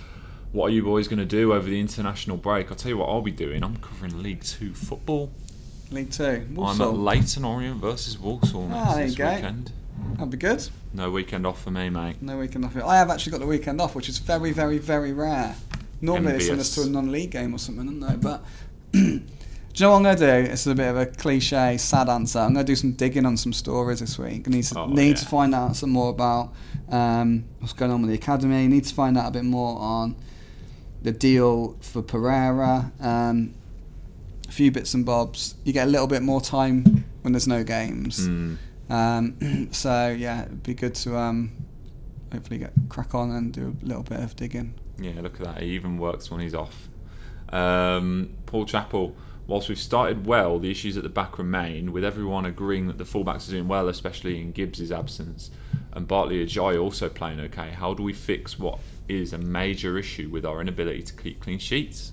S1: What are you boys going to do over the international break? I'll tell you what I'll be doing. I'm covering League Two football.
S2: League Two.
S1: I'm at
S2: Walsall.
S1: Leighton Orient versus Walsall next
S2: Ah, there
S1: this
S2: you go.
S1: weekend.
S2: That'd be good.
S1: No weekend off for me, mate.
S2: No weekend off. I have actually got the weekend off, which is very, very, very rare. Normally they send us
S1: Envious.
S2: to a non-league game or something, don't they? But Do you know what I'm going to do? This is a bit of a cliche, sad answer. I'm going to do some digging on some stories this week. I need to,
S1: Oh,
S2: need
S1: yeah.
S2: to find out some more about um, what's going on with the academy. need to find out a bit more on the deal for Pereira. Um, a few bits and bobs. You get a little bit more time when there's no games.
S1: Mm.
S2: Um, so, yeah, it'd be good to um, hopefully get crack on and do a little bit of digging.
S1: Yeah, look at that. He even works when he's off. Um, Paul Chappell, whilst we've started well, the issues at the back remain, with everyone agreeing that the fullbacks are doing well, especially in Gibbs' absence, and Bartley Ajay also playing okay. How do we fix what is a major issue with our inability to keep clean sheets?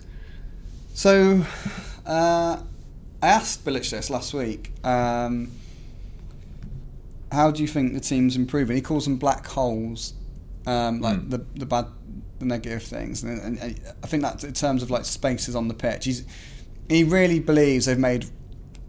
S2: So, uh, I asked Bilic this last week. Um, how do you think the team's improving? He calls them black holes, um, like
S1: Hmm.
S2: the the bad, the negative things, and, and, and I think that's in terms of like spaces on the pitch. He's he really believes they've made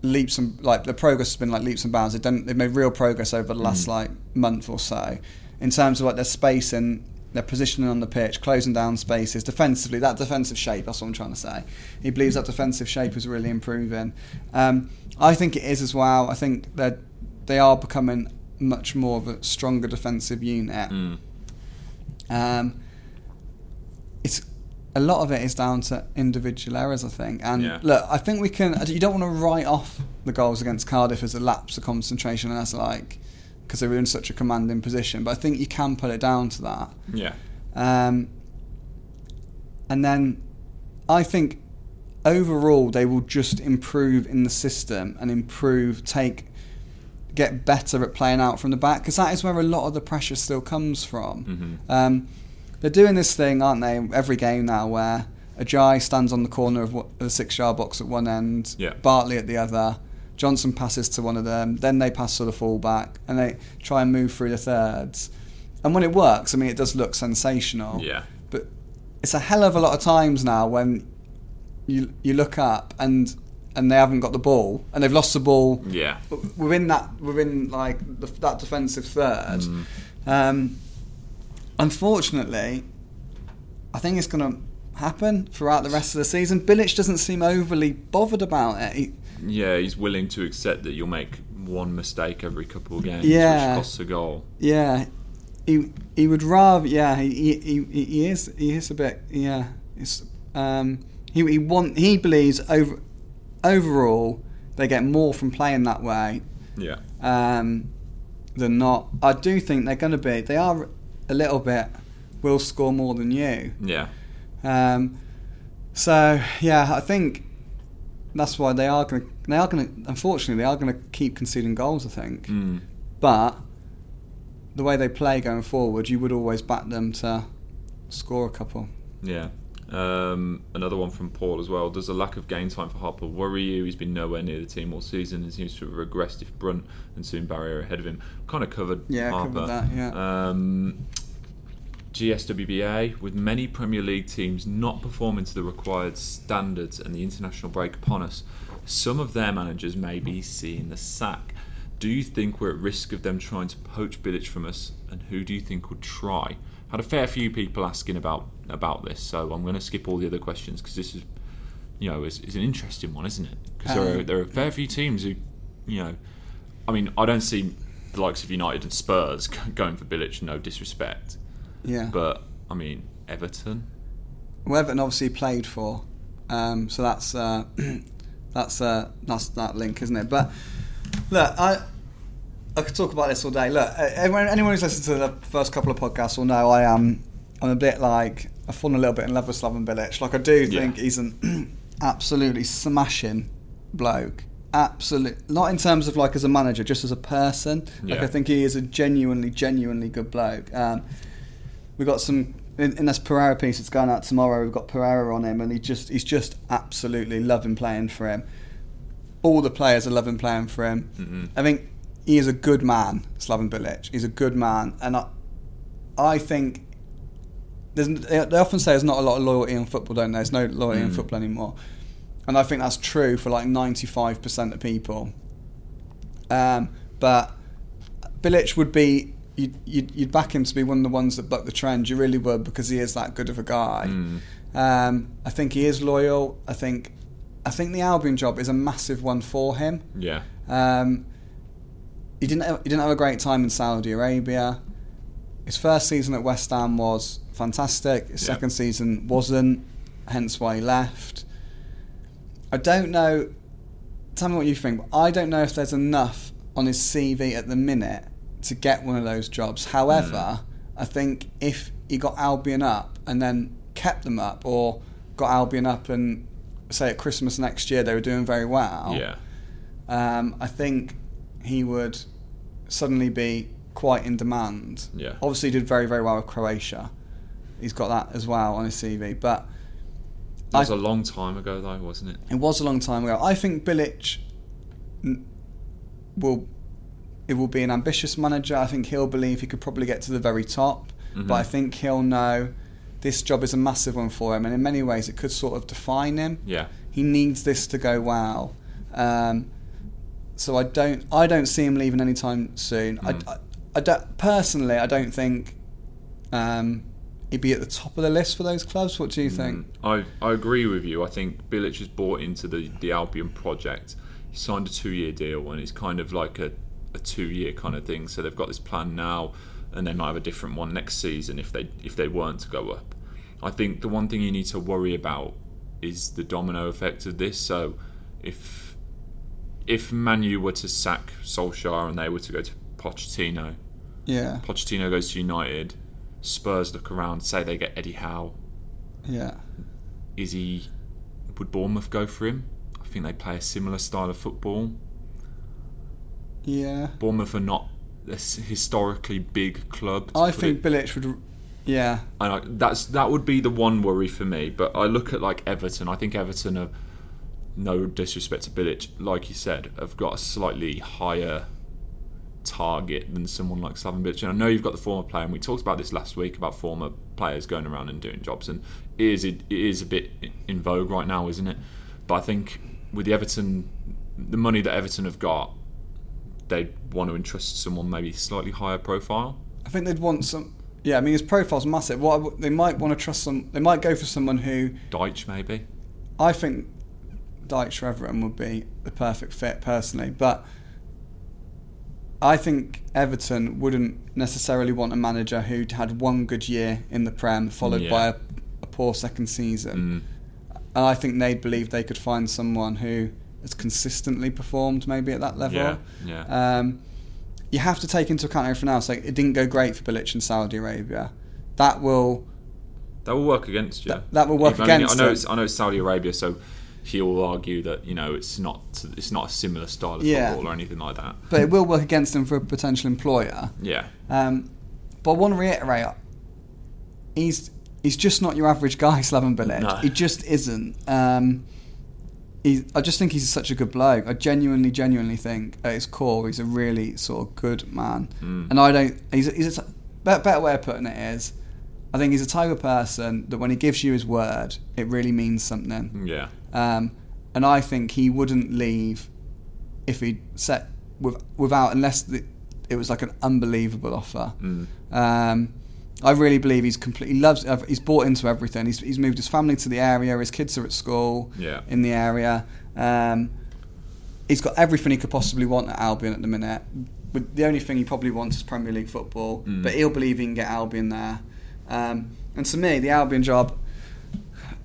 S2: leaps and like the progress has been like leaps and bounds. They've done they've made real progress over the last like month or so in terms of like their space and their positioning on the pitch, closing down spaces defensively. That defensive shape, that's what I'm trying to say. He believes that defensive shape is really improving. Um, I think it is as well. I think that they are becoming much more of a stronger defensive unit.
S1: Mm.
S2: Um, it's a lot of it is down to individual errors, I think. And
S1: Yeah.
S2: look, I think we can. You don't want to write off the goals against Cardiff as a lapse of concentration, and that's like because they were in such a commanding position. But I think you can pull it down to that.
S1: Yeah.
S2: Um, and then I think overall they will just improve in the system and improve, take, get better at playing out from the back because that is where a lot of the pressure still comes from. Um, they're doing this thing, aren't they, every game now where Ajay stands on the corner of what- the six yard box at one end,
S1: Yeah.
S2: Bartley at the other. Johnson passes to one of them, then they pass to the fullback, and they try and move through the thirds. And when it works, I mean, it does look sensational.
S1: Yeah.
S2: But it's a hell of a lot of times now when you you look up and and they haven't got the ball and they've lost the ball
S1: Yeah.
S2: w- within that within like the, that defensive third. Um, unfortunately, I think it's going to happen throughout the rest of the season. Bilic doesn't seem overly bothered about it. He,
S1: Yeah, he's willing to accept that you'll make one mistake every couple of games,
S2: Yeah.
S1: which costs a goal.
S2: yeah, he he would rather. Yeah, he he, he, he is he is a bit. Yeah, it's um he he want he believes over overall they get more from playing that way
S1: Yeah.
S2: um, than not. I do think they're going to be. They are a little bit. Will score more than you.
S1: Yeah.
S2: Um, so yeah, I think that's why they are going. to They are going to. Unfortunately, they are going to keep conceding goals. I think,
S1: Mm.
S2: but the way they play going forward, you would always back them to score a couple.
S1: Yeah. Um, another one from Paul as well. Does the lack of game time for Harper worry you? He's been nowhere near the team all season and seems to have regressed if Brunt and soon Barrier ahead of him. Kind of covered
S2: Yeah,
S1: Harper.
S2: covered that. Yeah.
S1: Um, GSWBA, with many Premier League teams not performing to the required standards and the international break upon us, some of their managers may be seeing the sack. Do you think we're at risk of them trying to poach Bilic from us, and who do you think would try? Had a fair few people asking about about this, so I'm going to skip all the other questions because this is, you know, is, is an interesting one, isn't it? Because there, are,
S2: Um,
S1: there are a fair few teams who, you know, I mean, I don't see the likes of United and Spurs going for Bilic, no disrespect.
S2: yeah.
S1: But, I mean, Everton?
S2: Well, Everton obviously played for, um, so that's uh, that's uh, that's that link, isn't it? But look, I I could talk about this all day. Look, uh, everyone, anyone who's listened to the first couple of podcasts will know I am I'm a bit like I've fallen a little bit in love with Slaven Bilic. Like I do
S1: Yeah.
S2: think he's an absolutely smashing bloke. Absolute, not in terms of like as a manager, just as a person. Like
S1: Yeah.
S2: I think he is a genuinely, genuinely good bloke. Um, we got some in, in this Pereira piece that's going out tomorrow. We've got Pereira on him, and he just he's just absolutely loving playing for him. All the players are loving playing for him. I think he is a good man, Slaven Bilic. He's a good man, and I, I think there's, they they often say there's not a lot of loyalty in football, don't they? There's no loyalty in football anymore, and I think that's true for like 95 percent of people. Um, but Bilic would be you'd, you'd, you'd back him to be one of the ones that buck the trend. You really would because he is that good of a guy. Um, I think he is loyal. I think I think the Albion job is a massive one for him.
S1: Yeah.
S2: Um, he didn't have, he didn't have a great time in Saudi Arabia. His first season at West Ham was fantastic. His
S1: Yeah.
S2: second season wasn't, hence why he left. I don't know. Tell me what you think. But I don't know if there's enough on his CV at the minute to get one of those jobs.
S1: Mm.
S2: However, I think if he got Albion up and then kept them up, or got Albion up and say at Christmas next year they were doing very well,
S1: Yeah.
S2: um, I think he would suddenly be quite in demand.
S1: Yeah.
S2: Obviously, he did very, very well with Croatia. He's got that as well on his CV. But
S1: That was
S2: I-
S1: a long time ago, though, wasn't it?
S2: it was a long time ago. I think Bilic n- will it will be an ambitious manager. I think he'll believe he could probably get to the very top, but I think he'll know this job is a massive one for him, and in many ways it could sort of define him.
S1: Yeah.
S2: He needs this to go well. Um, so I don't I don't see him leaving anytime soon. I, I, I don't, personally I don't think um, he'd be at the top of the list for those clubs. What do you think?
S1: I, I agree with you. I think Bilic is bought into the, the Albion project. He signed a two year deal, and it's kind of like a, a two year kind of thing. So they've got this plan now, and they might have a different one next season if they if they weren't to go up. I think the one thing you need to worry about is the domino effect of this. So if if Manu were to sack Solskjaer and they were to go to Pochettino,
S2: Yeah,
S1: Pochettino goes to United, Spurs look around, say they get Eddie Howe
S2: yeah.
S1: is he would Bournemouth go for him? I think they play a similar style of football.
S2: Yeah.
S1: Bournemouth are not a s- historically big club. to
S2: I
S1: put it,
S2: think Bilic would. Yeah,
S1: and I, that's that would be the one worry for me. But I look at like Everton. I think Everton are no disrespect to Bilic, like you said, have got a slightly higher target than someone like Slaven Bilic. And I know you've got the former player, and we talked about this last week about former players going around and doing jobs, and it is it, it is a bit in vogue right now, isn't it? But I think with the Everton, the money that Everton have got, they want to entrust someone maybe slightly higher profile.
S2: I think they'd want some. Yeah, I mean his profile's massive. What I w- they might want to trust some. They might go for someone who
S1: Deitch maybe.
S2: I think Dyke Shreveren would be the perfect fit personally, but I think Everton wouldn't necessarily want a manager who'd had one good year in the Prem followed by a,
S1: Yeah. Mm.
S2: a poor second season. And I think they'd believe they could find someone who has consistently performed maybe at that level.
S1: Yeah, yeah.
S2: Um, you have to take into account everything else. Like it didn't go great for Bilic in Saudi Arabia. That will
S1: That will work against you.
S2: That- that will work
S1: I mean,
S2: against
S1: I know.
S2: him.
S1: It's, I know it's Saudi Arabia, so he'll argue that you know it's not it's not a similar style of
S2: Yeah.
S1: football or anything like that.
S2: but it will work against him for a potential employer.
S1: Yeah,
S2: Um, but I want to reiterate, he's he's just not your average guy, Slaven Bilic.
S1: No.
S2: He just isn't. Um, he, I just think he's such a good bloke. I genuinely, genuinely think at his core, he's a really sort of good man. And I don't. He's, he's a, better, better way of putting it is, I think he's a type of person that when he gives you his word, it really means something.
S1: yeah,
S2: Um, and I think he wouldn't leave if he set with, without unless the, it was like an unbelievable offer. Um, I really believe he's completely he loves. ev- He's bought into everything. He's, he's moved his family to the area. His kids are at school
S1: Yeah.
S2: in the area. Um, he's got everything he could possibly want at Albion at the minute. With the only thing he probably wants is Premier League football, but he'll believe he can get Albion there. Um, and to me, the Albion job,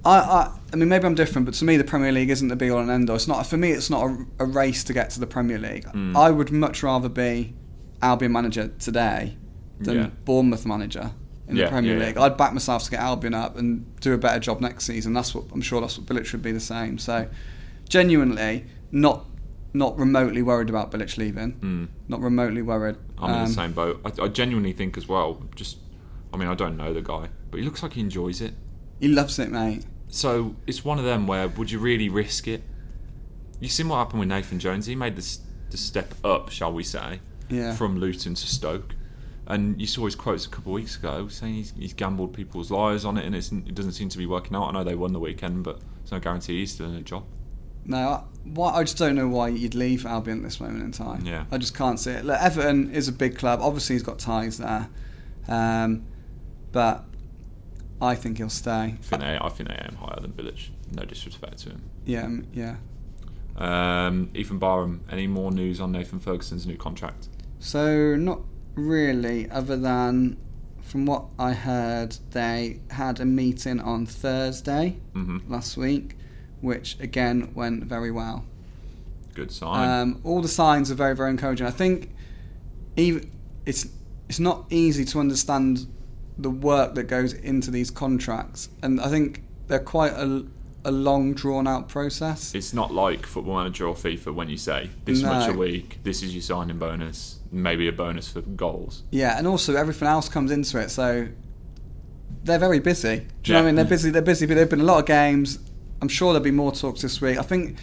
S2: I, I, I mean, maybe I'm different, but to me, the Premier League isn't the be all and end all. It's not for me. It's not a, a race to get to the Premier League.
S1: Mm.
S2: I would much rather be Albion manager today than
S1: Yeah.
S2: Bournemouth manager in
S1: Yeah,
S2: the Premier
S1: yeah, yeah.
S2: League. I'd back myself to get Albion up and do a better job next season. That's what I'm sure. That's what Bilic would be the same. So, genuinely, not not remotely worried about Bilic leaving. Not remotely worried.
S1: Mm. I'm in
S2: Um,
S1: the same boat. I, I genuinely think as well. Just, I mean, I don't know the guy, but he looks like he enjoys it.
S2: He loves it, mate.
S1: So it's one of them where would you really risk it? You seen what happened with Nathan Jones? He made this the step up, shall we say,
S2: Yeah.
S1: from Luton to Stoke, and you saw his quotes a couple of weeks ago saying he's, he's gambled people's lives on it, and it's, it doesn't seem to be working out. I know they won the weekend, but there's no guarantee he's still in a job.
S2: No, I, why, I just don't know why you'd leave Albion at this moment in time.
S1: Yeah.
S2: I just can't see it. Look, Everton is a big club. Obviously, he's got ties there. Um, but I think he'll stay.
S1: I think they, I think they aim higher than Village. No disrespect to him.
S2: Yeah, um, yeah.
S1: Um, Ethan Barham, any more news on Nathan Ferguson's new contract?
S2: So not really, other than from what I heard, they had a meeting on Thursday
S1: hmm
S2: last week, which again went very well.
S1: Good sign.
S2: Um, all the signs are very, very encouraging. I think even it's it's not easy to understand the work that goes into these contracts, and I think they're quite a, a long, drawn out process.
S1: it's not like Football Manager or FIFA when you say this
S2: No.
S1: much a week, this is your signing bonus, maybe a bonus for goals.
S2: Yeah, and also everything else comes into it, so they're very busy. Do you know what I
S1: Yeah.
S2: mean? They're busy. They're busy, but there've been a lot of games. I'm sure there'll be more talks this week. I think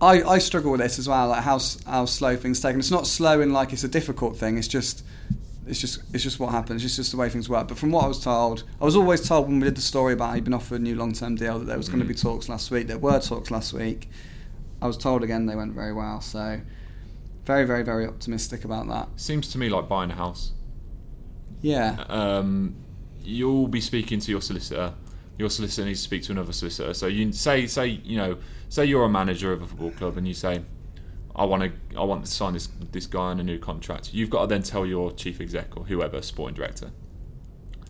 S2: I, I struggle with this as well, like how s- how slow things take. And it's not slow in like it's a difficult thing. It's just it's just it's just what happens. It's just the way things work. But from what I was told, I was always told when we did the story about he'd been offered a new long term deal that there was going to be talks last week. There were talks last week. I was told again they went very well. So very very very optimistic about that.
S1: Seems to me like buying a house.
S2: Yeah.
S1: um, you'll be speaking to your solicitor. Your solicitor needs to speak to another solicitor. So you say, say, you know, say you're a manager of a football club, and you say, "I want to, I want to sign this this guy on a new contract." You've got to then tell your chief exec or whoever, sporting director.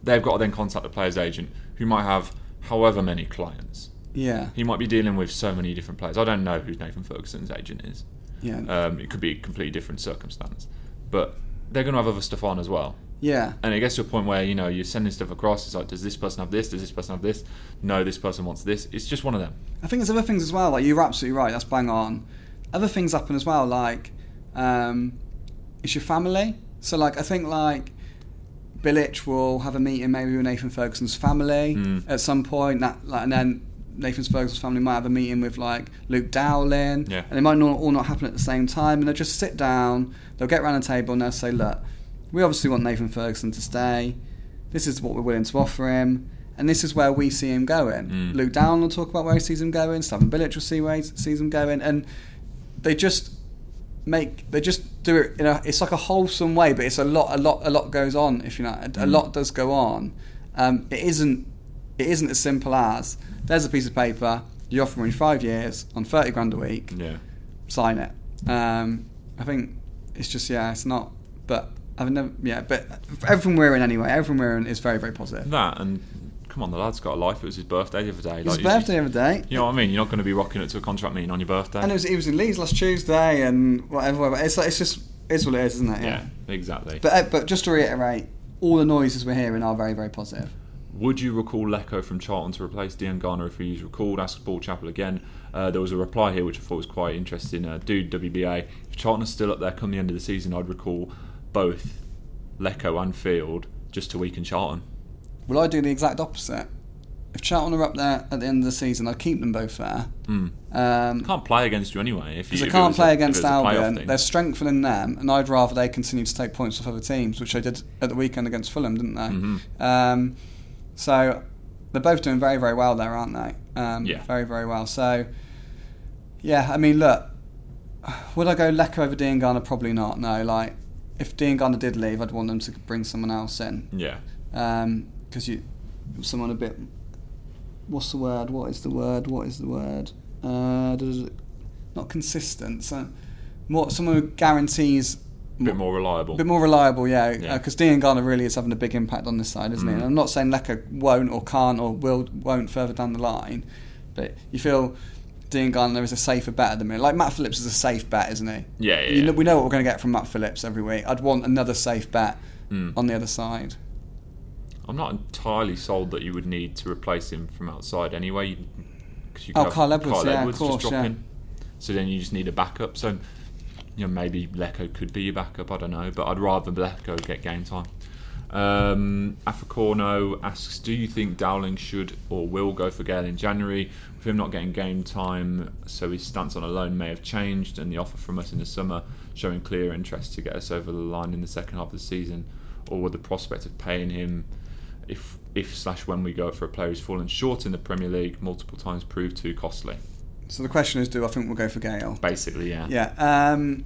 S1: They've got to then contact the player's agent, who might have however many clients.
S2: Yeah.
S1: He might be dealing with so many different players. I don't know who Nathan Ferguson's agent is.
S2: Yeah.
S1: Um, it could be a completely different circumstance, but they're going to have other stuff on as well.
S2: yeah.
S1: And it gets to a point where you know you're sending stuff across. It's like, does this person have this? Does this person have this? No, this person wants this. It's just one of them.
S2: I think there's other things as well. Like you're absolutely right. That's bang on. Other things happen as well. Like um, it's your family. So like I think like Billich will have a meeting maybe with Nathan Ferguson's family
S1: Mm.
S2: at some point. That like, and then Nathan Ferguson's family might have a meeting with like Luke Dowling.
S1: Yeah.
S2: And it might not all not happen at the same time. And they'll just sit down. They'll get round a table and they'll say, look, we obviously want Nathan Ferguson to stay. This is what we're willing to offer him. And this is where we see him going.
S1: Mm.
S2: Luke Down will talk about where he sees him going. Stephen Billich will see where he sees him going. And they just make they just do it in a it's like a wholesome way but it's a lot a lot a lot goes on if you know a,
S1: Mm.
S2: a lot does go on um, it isn't it isn't as simple as there's a piece of paper you offer me five years on 30 grand a week
S1: Yeah.
S2: sign it um, I think it's just yeah it's not but I've never yeah but everything we're in anyway everything we're in is very very positive
S1: That and come on, the lad's got a life. It was his birthday the other day.
S2: it was
S1: Like,
S2: his birthday the other day
S1: You know what I mean? You're not going to be rocking it to a contract meeting on your birthday.
S2: and it was, it was in Leeds last Tuesday and whatever, whatever. it's like it's just it's what it is isn't it
S1: yeah, exactly.
S2: But uh, but just to reiterate, all the noises we're hearing are very very positive.
S1: Would you recall Lecco from Charlton to replace Dion Garner if he's recalled? Asked Paul Chappell again. Uh, there was a reply here which I thought was quite interesting. Uh, dude, WBA, if Charlton are still up there come the end of the season, I'd recall both Lecco and Field just to weaken Charlton.
S2: Well, I do the exact opposite. If Charlton are up there at the end of the season, I'd keep them both there Um,
S1: Hmm.
S2: because
S1: can't play against you anyway. If you,
S2: they
S1: if it
S2: can't
S1: was
S2: play
S1: a- if
S2: against
S1: it was a playoff
S2: Albion.
S1: thing.
S2: They're strengthening them, and I'd rather they continue to take points off other teams, which they did at the weekend against Fulham, didn't they?
S1: Mm-hmm.
S2: Um, so they're both doing very very well there, aren't they? Um,
S1: Yeah.
S2: Very very well. So yeah, I mean, look, would I go Lecco over Dean Garner? Probably not. No, like. If Dean Garner did leave, I'd want them to bring someone else in.
S1: Yeah,
S2: because Um, you someone a bit what's the word what is the word what is the word uh, does it- not consistent so more someone who guarantees
S1: a bit more reliable.
S2: a bit more reliable yeah
S1: Yeah. Mm.
S2: because Dean Garner really is having a big impact on this side isn't he and I'm not saying Lecca won't or can't or will won't further down the line but you feel Dean Garner is a safer bet at the minute like Matt Phillips is a safe bet isn't he
S1: yeah, yeah.
S2: you
S1: yeah.
S2: know, we know what we're going to get from Matt Phillips every week I'd want another safe bet
S1: Mm.
S2: on the other side
S1: I'm not entirely sold that you would need to replace him from outside anyway. you- 'cause you
S2: Oh,
S1: have
S2: Kyle Edwards, yeah, of course,
S1: drop
S2: yeah.
S1: in. So then you just need a backup. So you know maybe Lecco could be your backup. I don't know, but I'd rather Lecco get game time. Um, Aficorno asks, do you think Dowling should or will go for Gale in January? With him not getting game time, so his stance on a loan may have changed, and the offer from us in the summer showing clear interest to get us over the line in the second half of the season, or would the prospect of paying him if if slash when we go for a player who's fallen short in the Premier League multiple times prove too costly?
S2: So the question is, do I think we'll go for Gale?
S1: Basically, yeah.
S2: Yeah. Um,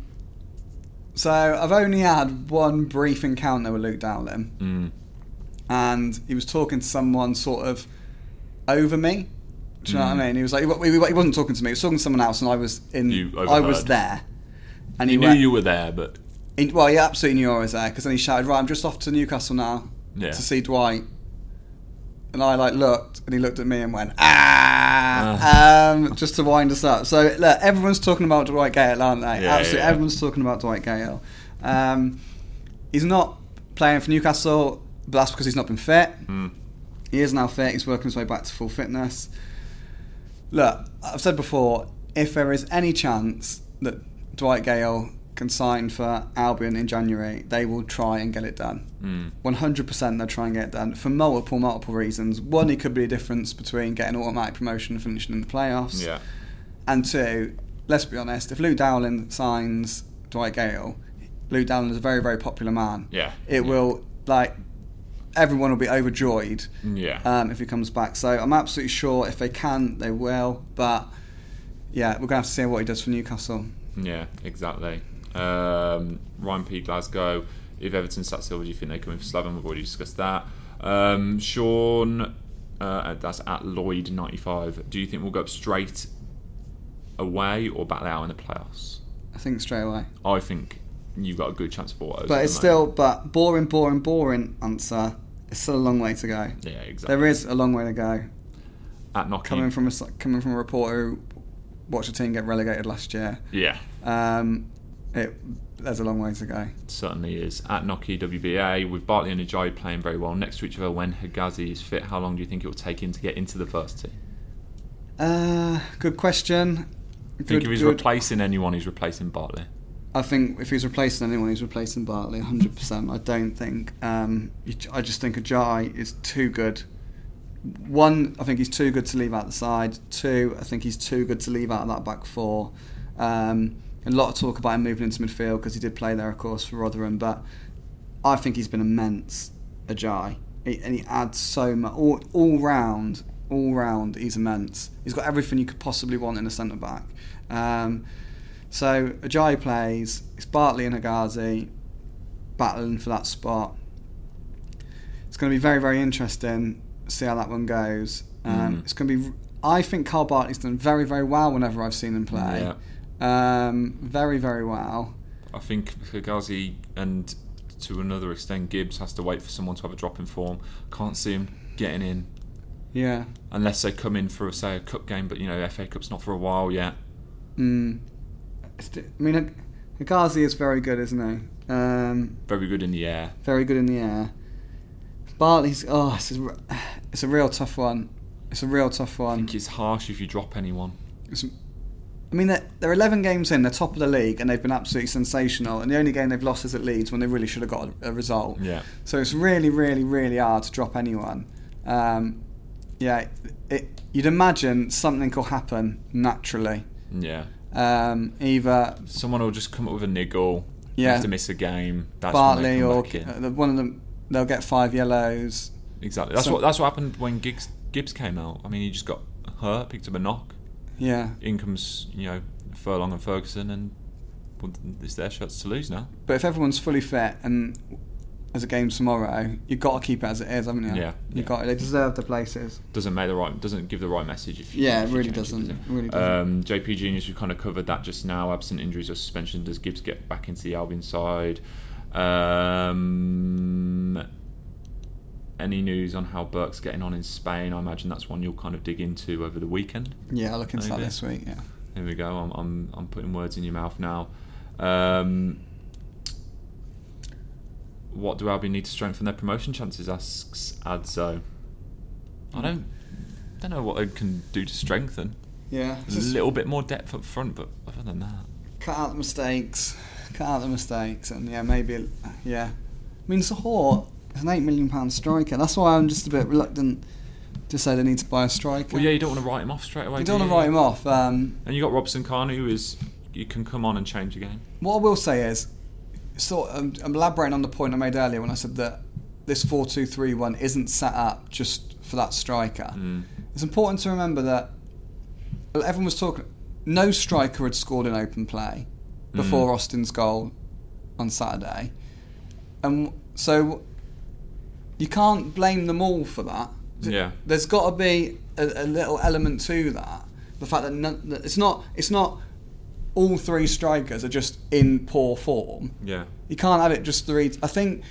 S2: so I've only had one brief encounter with Luke Dowling,
S1: Mm.
S2: and he was talking to someone sort of over me. Do you
S1: Mm.
S2: know what I mean? He was like, he, he wasn't talking to me. He was talking to someone else, and I was in.
S1: You
S2: I was
S1: overheard.
S2: there, and
S1: You
S2: he
S1: knew
S2: went-
S1: you were there, but
S2: he- well, he absolutely knew I was there because then he shouted, "Right, I'm just off to Newcastle now
S1: Yeah.
S2: to see Dwight." And I like looked, and he looked at me and went, "Ah," um, just to wind us up. So look, everyone's talking about Dwight Gale, aren't they?
S1: Yeah,
S2: absolutely,
S1: yeah.
S2: everyone's talking about Dwight Gale. Um, he's not playing for Newcastle, but that's because he's not been fit.
S1: Mm,
S2: He is now fit. He's working his way back to full fitness. Look, I've said before, if there is any chance that Dwight Gale can sign for Albion in January, they will try and get it done.
S1: Mm.
S2: One hundred percent, they'll try and get it done for multiple, multiple reasons. One, it could be a difference between getting automatic promotion and finishing in the playoffs.
S1: yeah,
S2: And two, let's be honest, if Lou Dowling signs Dwight Gale, Lou Dowling is a very, very popular man.
S1: Yeah.
S2: It will, like, everyone will be overjoyed
S1: yeah.
S2: um, if he comes back. So I'm absolutely sure if they can, they will. But yeah, we're going to have to see what he does for Newcastle.
S1: Yeah, exactly. Um, Ryan P. Glasgow. If Everton sat Silver, do you think they come in for Slaven? We've already discussed that. Um, Sean, uh, that's at Lloyd95. Do you think we'll go up straight away or battle out in the playoffs?
S2: I think straight away.
S1: I think you've got a good chance for it.
S2: But it's still, but boring, boring, boring answer. It's still a long way to go.
S1: Yeah, exactly.
S2: There is a long way to go.
S1: at knocking.
S2: Coming from a s- coming from a reporter who watched a team get relegated last year,
S1: Yeah,
S2: um, it there's a long way to go.
S1: certainly is. At Noki WBA, with Bartley and Ajayi playing very well. Next to each other when Hagazi is fit, how long do you think it will take him to get into the first team?
S2: Uh, good question.
S1: think
S2: Good-
S1: if he's
S2: good-
S1: replacing anyone, he's replacing Bartley.
S2: I think if he's replacing anyone, he's replacing Bartley 100%. I don't think. Um, you- I just think Ajay is too good. One, I think he's too good to leave out the side. Two, I think he's too good to leave out of that back four. Um, a lot of talk about him moving into midfield because he did play there, of course, for Rotherham. But I think he's been immense, Ajay. He, and he adds so much. All, all round, all round, he's immense. He's got everything you could possibly want in a centre back. Um, so Ajay plays. It's Bartley and Hagazi battling for that spot. It's going to be very, very interesting. to See how that one goes. Um, It's going to be. I think Carl Bartley's done very, very well whenever I've seen him play. Um, very, very well.
S1: I think Higazi and to another extent Gibbs has to wait for someone to have a drop in form. Can't see him getting in
S2: Yeah.
S1: unless they come in for say a cup game, but you know FA Cup's not for a while yet.
S2: Mm. It's di- I mean, Hagazi is very good, isn't he? Um,
S1: Very good in the air.
S2: very good in the air. Bartley's. Oh, it's a, r- it's a real tough one. It's a real tough
S1: I
S2: one.
S1: think it's harsh if you drop anyone.
S2: It's- I mean, they're, they're 11 games in, they're top of the league, and they've been absolutely sensational. And the only game they've lost is at Leeds when they really should have got a, a result.
S1: Yeah.
S2: So it's really, really, really hard to drop anyone. Um, yeah, it, you'd imagine something will happen naturally.
S1: Yeah.
S2: Um, either
S1: Someone will just come up with a niggle.
S2: Yeah.
S1: Have to miss a game. That's when they
S2: Bartley
S1: come
S2: or
S1: back in.
S2: uh, the- one of them, they'll get five yellows.
S1: exactly. That's
S2: so-
S1: what that's what happened when Gibbs Gibbs came out. I mean, he just got hurt, picked up a knock.
S2: Yeah.
S1: In comes you know Furlong and Ferguson, and well, it's their shots to lose now.
S2: But if everyone's fully fit and there's a game tomorrow, you've got to keep it as it is, haven't you?
S1: Yeah,
S2: You've
S1: yeah.
S2: got to. They deserve the places.
S1: doesn't make the right doesn't give the right message if you
S2: Yeah,
S1: if
S2: it
S1: you
S2: really
S1: change
S2: doesn't.
S1: does it?
S2: It really doesn't.
S1: um, JP Juniors we kind of covered that just now absent injuries or suspension does Gibbs get back into the Albion side um, any news on how Burke's getting on in Spain I imagine that's one you'll kind of dig into over the weekend
S2: Yeah, I'll look into that
S1: Maybe.
S2: this week. Yeah.
S1: here we go I'm, I'm, I'm putting words in your mouth now um, what do Albion need to strengthen their promotion chances asks Adzo I don't don't know what they can do to strengthen.
S2: Yeah.
S1: A
S2: Just
S1: little bit more depth up front, but other than that,
S2: cut out the mistakes. Cut out the mistakes, and yeah, maybe yeah. I mean, Sahor is an eight million pound striker. That's why I'm just a bit reluctant to say they need to buy a striker.
S1: well, yeah, you don't want to write him off straight away.
S2: You
S1: do
S2: don't want to write him off. Um,
S1: And you got Robson Carney, who is you can come on and change again.
S2: What I will say is, so I'm, I'm elaborating on the point I made earlier when I said that this 4 2 3 1 isn't set up just for that striker. It's important to remember that everyone was talking, no striker had scored in open play before Austin's goal on Saturday. And so you can't blame them all for that.
S1: Yeah.
S2: There's got to be a, a little element to that. The fact that, none, that it's not it's not all three strikers are just in poor form.
S1: Yeah.
S2: You can't have it just three. I think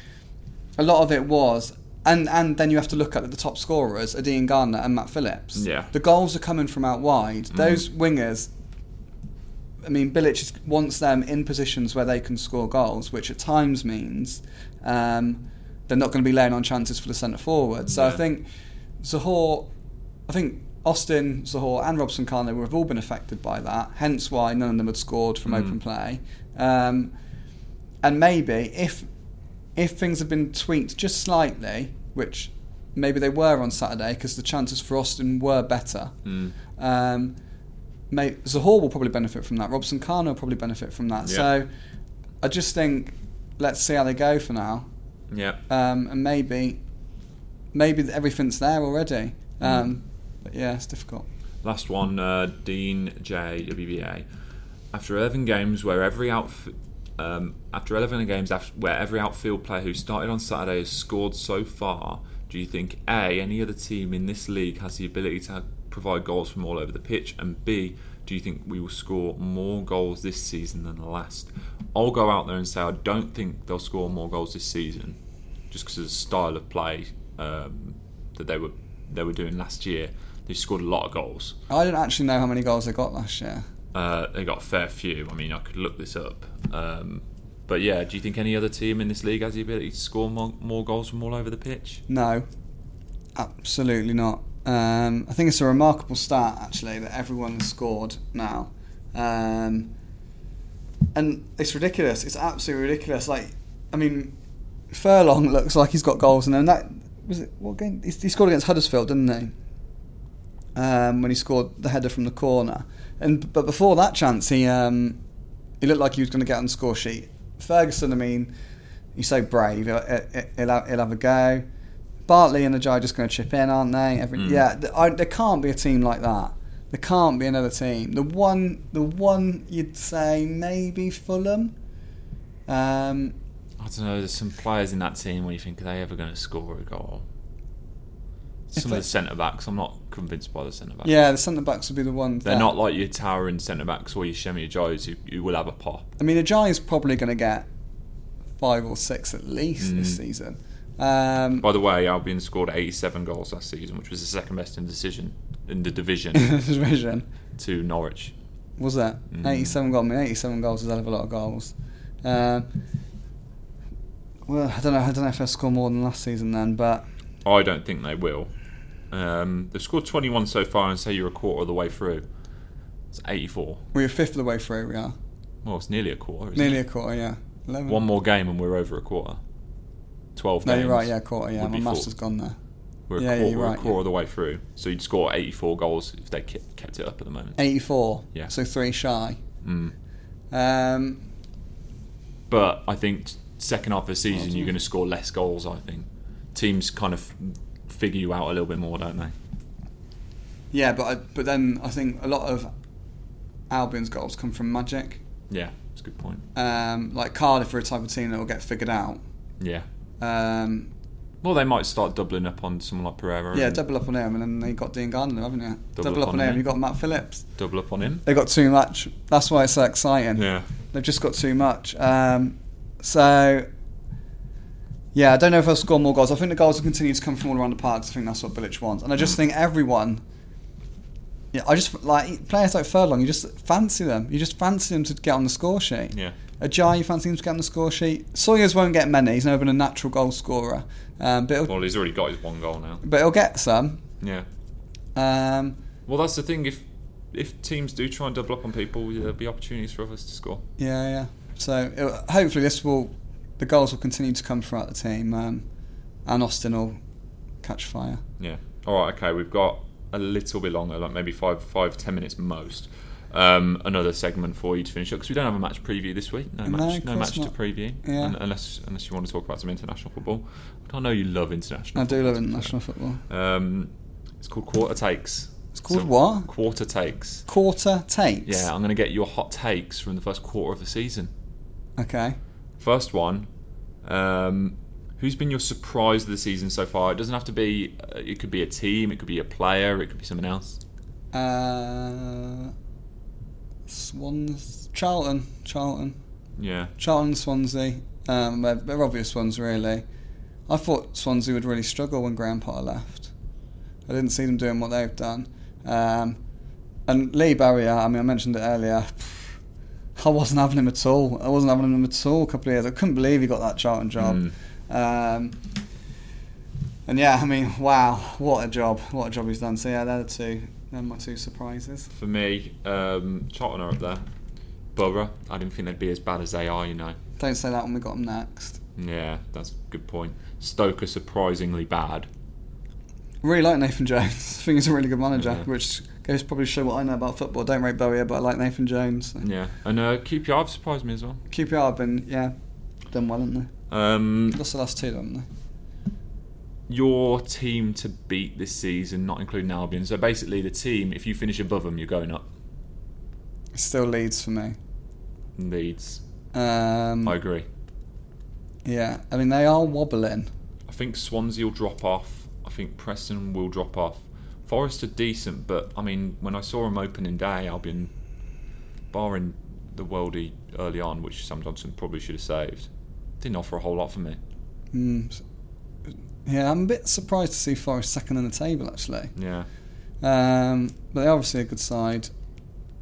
S2: a lot of it was, and and then you have to look at the top scorers, Adine Gardner and Matt Phillips.
S1: Yeah. Mm.
S2: The goals are coming from out wide. Those wingers. I mean, Bilic just wants them in positions where they can score goals, which at times means um, they're not going to be laying on chances for the centre forward. So I
S1: Yeah.
S2: think Zahor, I think Austin, Zahor, and Robson Carlo have all been affected by that. Hence why none of them had scored
S1: Mm.
S2: from open play. Um, and maybe if if things have been tweaked just slightly, which maybe they were on Saturday because the chances for Austin were better.
S1: Hmm.
S2: Um, may, Zahor will probably benefit from that. Robson Carno will probably benefit from that.
S1: Yeah.
S2: So I just think let's see how they go for now,
S1: Yeah.
S2: um, and maybe maybe everything's there already. Um, But yeah, it's difficult.
S1: Last one, uh, Dean J WBA. After eleven games, where every outf- um, after eleven games, af where every outfield player who started on Saturday has scored so far, do you think a any other team in this league has the ability to provide goals from all over the pitch, and b do you think we will score more goals this season than last? I'll go out there and say I don't think they'll score more goals this season, just because of the style of play um, that they were they were doing last year. They scored a lot of goals.
S2: I don't actually know how many goals they got last year.
S1: Uh, they got a fair few. I mean, I could look this up. Um, but yeah, do you think any other team in this league has the ability to score more, more goals from all over the pitch?
S2: No, absolutely not. Um, I think it's a remarkable stat actually that everyone has scored now, um, and it's ridiculous. It's absolutely ridiculous. Like, I mean, Furlong looks like he's got goals, and then that was it. What game? He, he scored against Huddersfield, didn't he? Um, when he scored the header from the corner, and but before that chance, he um, he looked like he was going to get on the score sheet. Ferguson, I mean, he's so brave. He'll, he'll, he'll have, he'll have a go. Bartley and Ajay are just going to chip in, aren't they? Every,
S1: Mm.
S2: Yeah, th- I, there can't be a team like that. There can't be another team. The one, the one you'd say maybe Fulham. Um,
S1: I don't know. There's some players in that team where you think are they ever going to score a goal? Some
S2: If
S1: of
S2: I-
S1: the centre backs, I'm not convinced by the centre backs.
S2: yeah, the centre backs would be the ones.
S1: They're
S2: that-
S1: not like your towering centre backs or your Shemi Joes who, who will have a pop.
S2: I mean, Ajay is probably going to get five or six at least
S1: Mm.
S2: this season. Um,
S1: By the way, Albion scored 87 goals last season, which was the second best in decision in the division
S2: division.
S1: to Norwich.
S2: was that?
S1: Mm.
S2: 87 goals. I mean, 87 goals is a hell of a lot of goals. Um, well, I don't know. I don't know if they'll score more than last season then, but
S1: I don't think they will. Um, they've scored 21 so far, and say you're a quarter of the way through. It's 84.
S2: we're a fifth of the way through. We are
S1: Well, it's nearly a quarter. Isn't
S2: nearly
S1: it?
S2: a quarter. Yeah, 11.
S1: One more game, and we're over a quarter. 12
S2: no,
S1: games.
S2: you're right. Yeah, quarter. Yeah,
S1: would
S2: my
S1: be
S2: master's
S1: full.
S2: gone there.
S1: We're a
S2: Yeah, yeah,
S1: quarter,
S2: you're
S1: we're a
S2: right,
S1: quarter
S2: yeah.
S1: of the way through. So you'd score 84 goals if they ke- kept it up at the moment.
S2: 84.
S1: Yeah.
S2: So three shy.
S1: Mm.
S2: Um,
S1: But I think t- second half of the season, you're going to score less goals, I think. Teams kind of figure you out a little bit more, don't they?
S2: yeah, but I, but then I think a lot of Albion's goals come from magic.
S1: Yeah, it's a good point.
S2: Um, like Cardiff are a type of team that will get figured out.
S1: Yeah.
S2: Um,
S1: Well, they might start doubling up on someone like Pereira.
S2: yeah,
S1: and
S2: double up on him, and then they got Dean Gardner, haven't you? Double, up on him, you got Matt Phillips.
S1: double up on him.
S2: they got too much. That's why it's so exciting.
S1: Yeah.
S2: They've just got too much. Um, so, yeah, I don't know if they'll score more goals. I think the goals will continue to come from all around the park. 'cause I think that's what Bilic wants, and I just think everyone. Yeah, I just like players like Furlong. You just fancy them. You just fancy them to get on the score sheet.
S1: Yeah.
S2: Ajay, you fancy him to get on the score sheet. Sawyer's won't get many. He's never been a natural goal scorer, um, but it'll,
S1: Well, he's already got his one goal now.
S2: but he'll get some.
S1: Yeah.
S2: Um,
S1: Well, that's the thing. If if teams do try and double up on people, there'll be opportunities for others to score.
S2: Yeah, yeah. So it, hopefully this will, the goals will continue to come throughout the team, um, and Austin will catch fire.
S1: Yeah. All right. Okay. We've got a little bit longer, like maybe five, five, ten minutes most. Um, another segment for you to finish up because we don't have a match preview this week. No
S2: No,
S1: match.
S2: of
S1: No, match
S2: course not.
S1: to preview.
S2: Yeah.
S1: Un- unless unless you want to talk about some international football. I know you love international.
S2: I do
S1: football.
S2: love international football.
S1: Um, it's called quarter takes. It's
S2: called what?
S1: Quarter takes.
S2: Quarter takes.
S1: Yeah, I'm going to get your hot takes from the first quarter of the season.
S2: Okay.
S1: First one, um, Who's been your surprise of the season so far? It doesn't have to be. Uh, it could be a team. It could be a player. It could be someone else.
S2: Uh, Swans, Charlton, Charlton,
S1: Yeah.
S2: Charlton, Swansea. Um, they're, they're obvious ones, really. I thought Swansea would really struggle when Graham Potter left. I didn't see them doing what they've done. Um, and Lee Barrier, I mean, I mentioned it earlier. I wasn't having him at all. I wasn't having him at all a couple of years. I couldn't believe he got that Charlton job. Um, and yeah, I mean, wow, what a job! What a job he's done. So yeah, they're the two. They're my two surprises.
S1: For me, um, Charlton are up there. Borough. I didn't think they'd be as bad as they are. You know.
S2: Don't say that when we got them next.
S1: Yeah, that's a good point. Stoke are surprisingly bad.
S2: Really like Nathan Jones. I think he's a really good manager,
S1: Yeah.
S2: which goes probably to show what I know about football. Don't rate Bowie, but I like Nathan Jones.
S1: Yeah, and uh, QPR have surprised me as well.
S2: QPR have been, yeah, done well, haven't they?
S1: Um,
S2: That's the last two, haven't they?
S1: your team to beat this season, not including Albion. So basically, the team, if you finish above them, you're going up.
S2: It still leads for me.
S1: Leeds.
S2: Um,
S1: I agree.
S2: yeah, I mean, they are wobbling.
S1: I think Swansea will drop off. I think Preston will drop off. Forest are decent, but I mean, when I saw them opening day, Albion, barring the worldie early on, which Sam Johnson probably should have saved, didn't offer a whole lot for me.
S2: Mm. s- Yeah, I'm a bit surprised to see Forest second in the table, actually.
S1: Yeah.
S2: Um, but they're obviously a good side.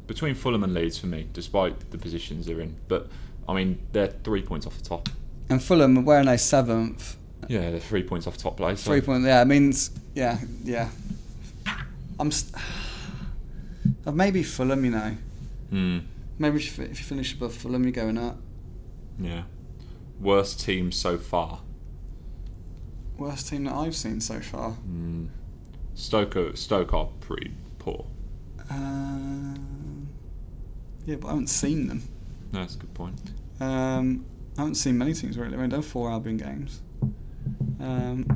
S1: Between Fulham and Leeds for me, despite the positions they're in. But I mean, they're three points off the top.
S2: And Fulham, where are they? Seventh.
S1: Yeah, they're three points off top place. so-
S2: Three point. Yeah, I mean, it's- yeah, yeah. I'm. St- maybe Fulham, you know.
S1: Hmm.
S2: Maybe if you if you finish above Fulham, you're going up.
S1: Yeah. Worst team so far.
S2: Worst team that I've seen so far.
S1: Stoke are, Stoke are pretty poor.
S2: Um, yeah, but I haven't seen them.
S1: No, that's a good point.
S2: Um, I haven't seen many teams really. I've only done four Albion games. Um,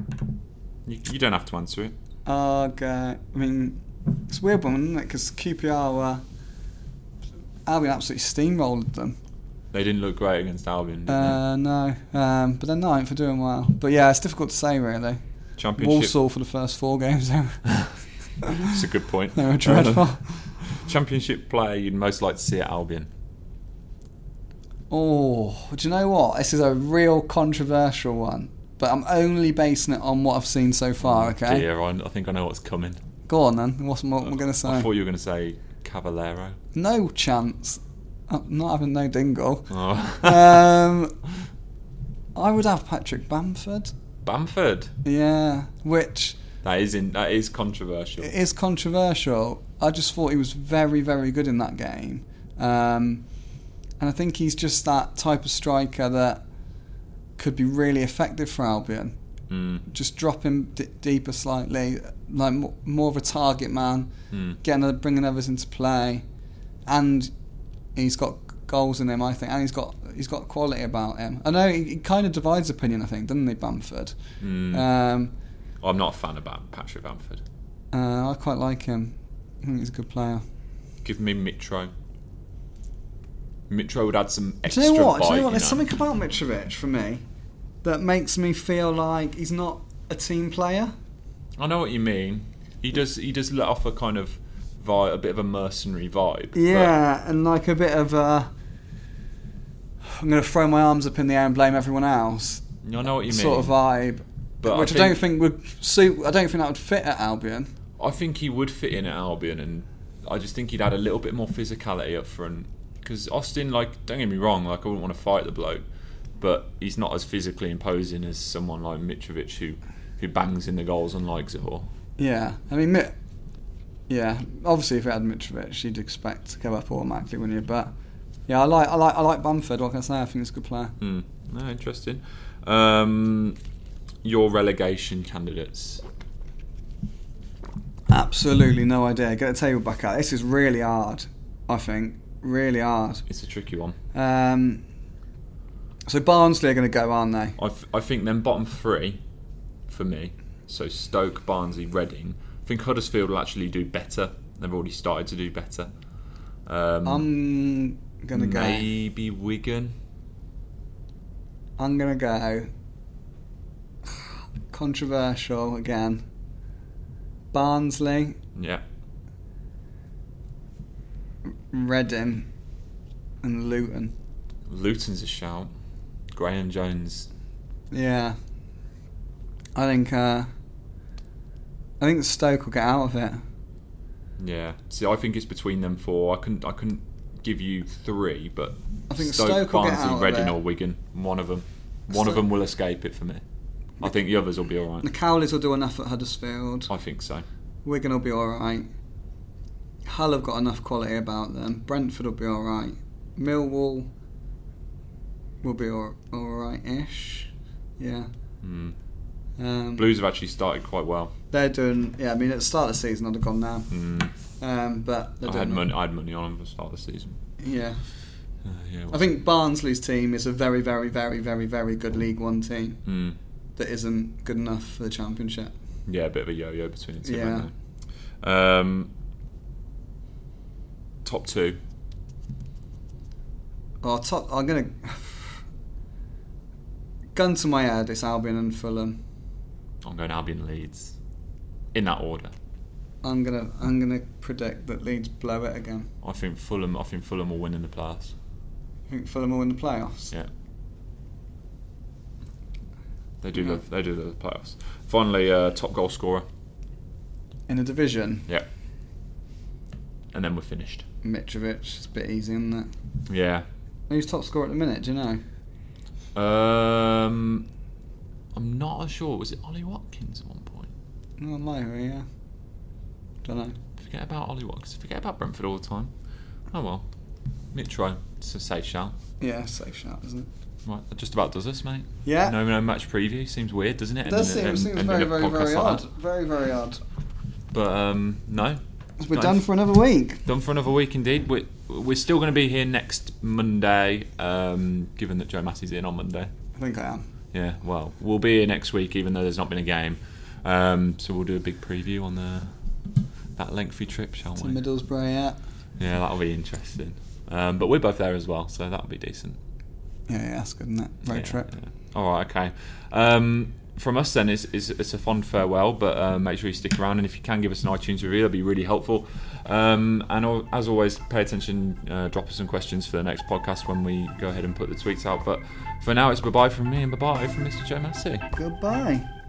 S1: You, you don't have to answer it.
S2: Arg, uh, I mean, it's a weird one, isn't it? Because QPR were. Albion absolutely steamrolled them.
S1: They didn't look great against Albion. Did
S2: Uh, no, um, but they're ninth for doing well. But yeah, it's difficult to say really.
S1: they? Championship.
S2: Walsall for the first four games. they were-
S1: That's a good point.
S2: they were dreadful.
S1: Um, championship player you'd most like to see at Albion.
S2: Oh, do you know what? This is a real controversial one, but I'm only basing it on what I've seen so far. Okay,
S1: Mm, Dear, I, I think I know what's coming.
S2: go on then. What's what am I going to
S1: I
S2: say?
S1: thought you were going to say Cavallero.
S2: No chance. I'm not having no dingle.
S1: Oh.
S2: um, I would have Patrick Bamford.
S1: Bamford.
S2: Yeah, which
S1: That is in. That is controversial.
S2: it is controversial. I just thought he was very, very good in that game. Um, and I think he's just that type of striker that could be really effective for Albion.
S1: Mm.
S2: Just drop him d- deeper slightly, like mo- more of a target man,
S1: Mm.
S2: getting other- bringing others into play, and he's got goals in him, I think, and he's got he's got quality about him. I know he, he kind of divides opinion, I think, doesn't he, Bamford?
S1: Mm.
S2: Um,
S1: I'm not a fan of Bam- Patrick Bamford.
S2: uh, I quite like him. I think he's a good player.
S1: Give me Mitro. Mitro would add some
S2: Do
S1: extra
S2: you know what?
S1: bite.
S2: Do you know what?
S1: you
S2: There's
S1: know.
S2: something about Mitrovic for me that makes me feel like he's not a team player.
S1: I know what you mean. He does. He does let off a kind of vibe, a bit of a mercenary vibe. but-
S2: Yeah, and like a bit of a. I'm going to throw my arms up in the air and blame everyone else
S1: I know what you mean.
S2: sort of vibe.
S1: But I
S2: which I, don't think would suit. I don't think that would fit at Albion.
S1: I think he would fit in at Albion, and I just think he'd add a little bit more physicality up front. Because Austin, like, don't get me wrong, like, I wouldn't want to fight the bloke, but he's not as physically imposing as someone like Mitrovic, who who bangs in the goals and likes it all.
S2: Yeah, I mean, Mi- yeah. Obviously, if it had Mitrovic, you'd expect to go up automatically, wouldn't you? But yeah, I like, I like, I like Bamford. What can I say? I think he's a good player.
S1: Hmm. No, interesting. Um, your relegation candidates.
S2: Absolutely no idea. Get the table back out. This is really hard, I think. Really hard.
S1: It's a tricky one.
S2: Um, so Barnsley are going to go, aren't they?
S1: I, th- I think then bottom three for me. So Stoke, Barnsley, Reading. I think Huddersfield will actually do better. They've already started to do better. Um,
S2: I'm going to go.
S1: maybe Wigan.
S2: I'm going to go. Controversial again. Barnsley,
S1: Yeah.
S2: Reading, and Luton.
S1: Luton's a shout. Graham Jones.
S2: Yeah. I think uh, I think Stoke will get out of it.
S1: Yeah. See, I think it's between them four. I couldn't. I couldn't give you three, but
S2: I think Stoke will get out
S1: Barnsley,
S2: of
S1: Reading,
S2: it.
S1: or Wigan. One of them. One of
S2: Stoke-
S1: them will escape it for me. I think the others will be all
S2: The
S1: right.
S2: Cowleys will do enough at Huddersfield.
S1: I think so.
S2: Wigan will be alright. Hull have got enough quality about them. Brentford will be alright. Millwall will be alright ish. Yeah.
S1: Mm.
S2: Um,
S1: Blues have actually started quite well.
S2: They're doing, yeah, I mean, at the start of the season, I'd have gone now.
S1: Mm.
S2: Um, but they're
S1: I had
S2: doing-
S1: money. I had money on them at the start of the season.
S2: Yeah.
S1: Uh, yeah.
S2: I think Barnsley's team is a very, very, very, very, very good League One team
S1: Mm.
S2: that isn't good enough for the Championship.
S1: Yeah, a bit of a yo-yo between the two.
S2: Yeah.
S1: Yeah. Um, top two.
S2: Oh, top, I'm going to. Gun to my head, it's Albion and Fulham.
S1: I'm going Albion Leeds. In that order.
S2: I'm gonna I'm gonna predict that Leeds blow it again.
S1: I think Fulham. I think Fulham will win in the playoffs.
S2: I think Fulham will win the playoffs.
S1: Yeah. They do
S2: Okay.
S1: the they do the playoffs. Finally, uh, top goal scorer.
S2: In a division,
S1: Yeah. And then we're finished.
S2: Mitrovic is a bit easy, isn't it?
S1: Yeah.
S2: Who's top scorer at the minute? Do you know?
S1: Um, I'm not sure. Was it Ollie Watkins at one point?
S2: No, Myra, yeah. Don't know.
S1: Forget about Ollie Watkins. Forget about Brentford all the time. Oh well. Mitro, it's a safe shout.
S2: Yeah, safe shout, isn't it?
S1: Right, that just about does us, mate.
S2: Yeah.
S1: No, no match preview. Seems weird, doesn't it?
S2: does
S1: Ending a-
S2: seem, seems
S1: ending
S2: very,
S1: a
S2: very,
S1: podcast
S2: very
S1: like
S2: odd.
S1: that.
S2: Very, very odd.
S1: But um, no,
S2: We're
S1: Nice.
S2: done for another week.
S1: Done for another week indeed. We're, we're still going to be here next Monday, um, given that Joe Massey's in on Monday.
S2: I think I am.
S1: Yeah, well, we'll be here next week, even though there's not been a game. Um, so we'll do a big preview on the that lengthy trip, shall
S2: To
S1: we?
S2: Middlesbrough, yeah.
S1: Yeah, that'll be interesting. Um, but we're both there as well, so that'll be decent.
S2: Yeah, yeah, that's good, isn't it? Road
S1: Yeah,
S2: trip.
S1: yeah. All right, okay. Um, from us then, it's, it's, it's a fond farewell, but uh, make sure you stick around, and if you can give us an iTunes review, that'd be really helpful. Um, and al- as always, pay attention, uh, drop us some questions for the next podcast when we go ahead and put the tweets out. But for now, it's bye bye from me and bye bye from Mr. Joe Massey.
S2: Goodbye.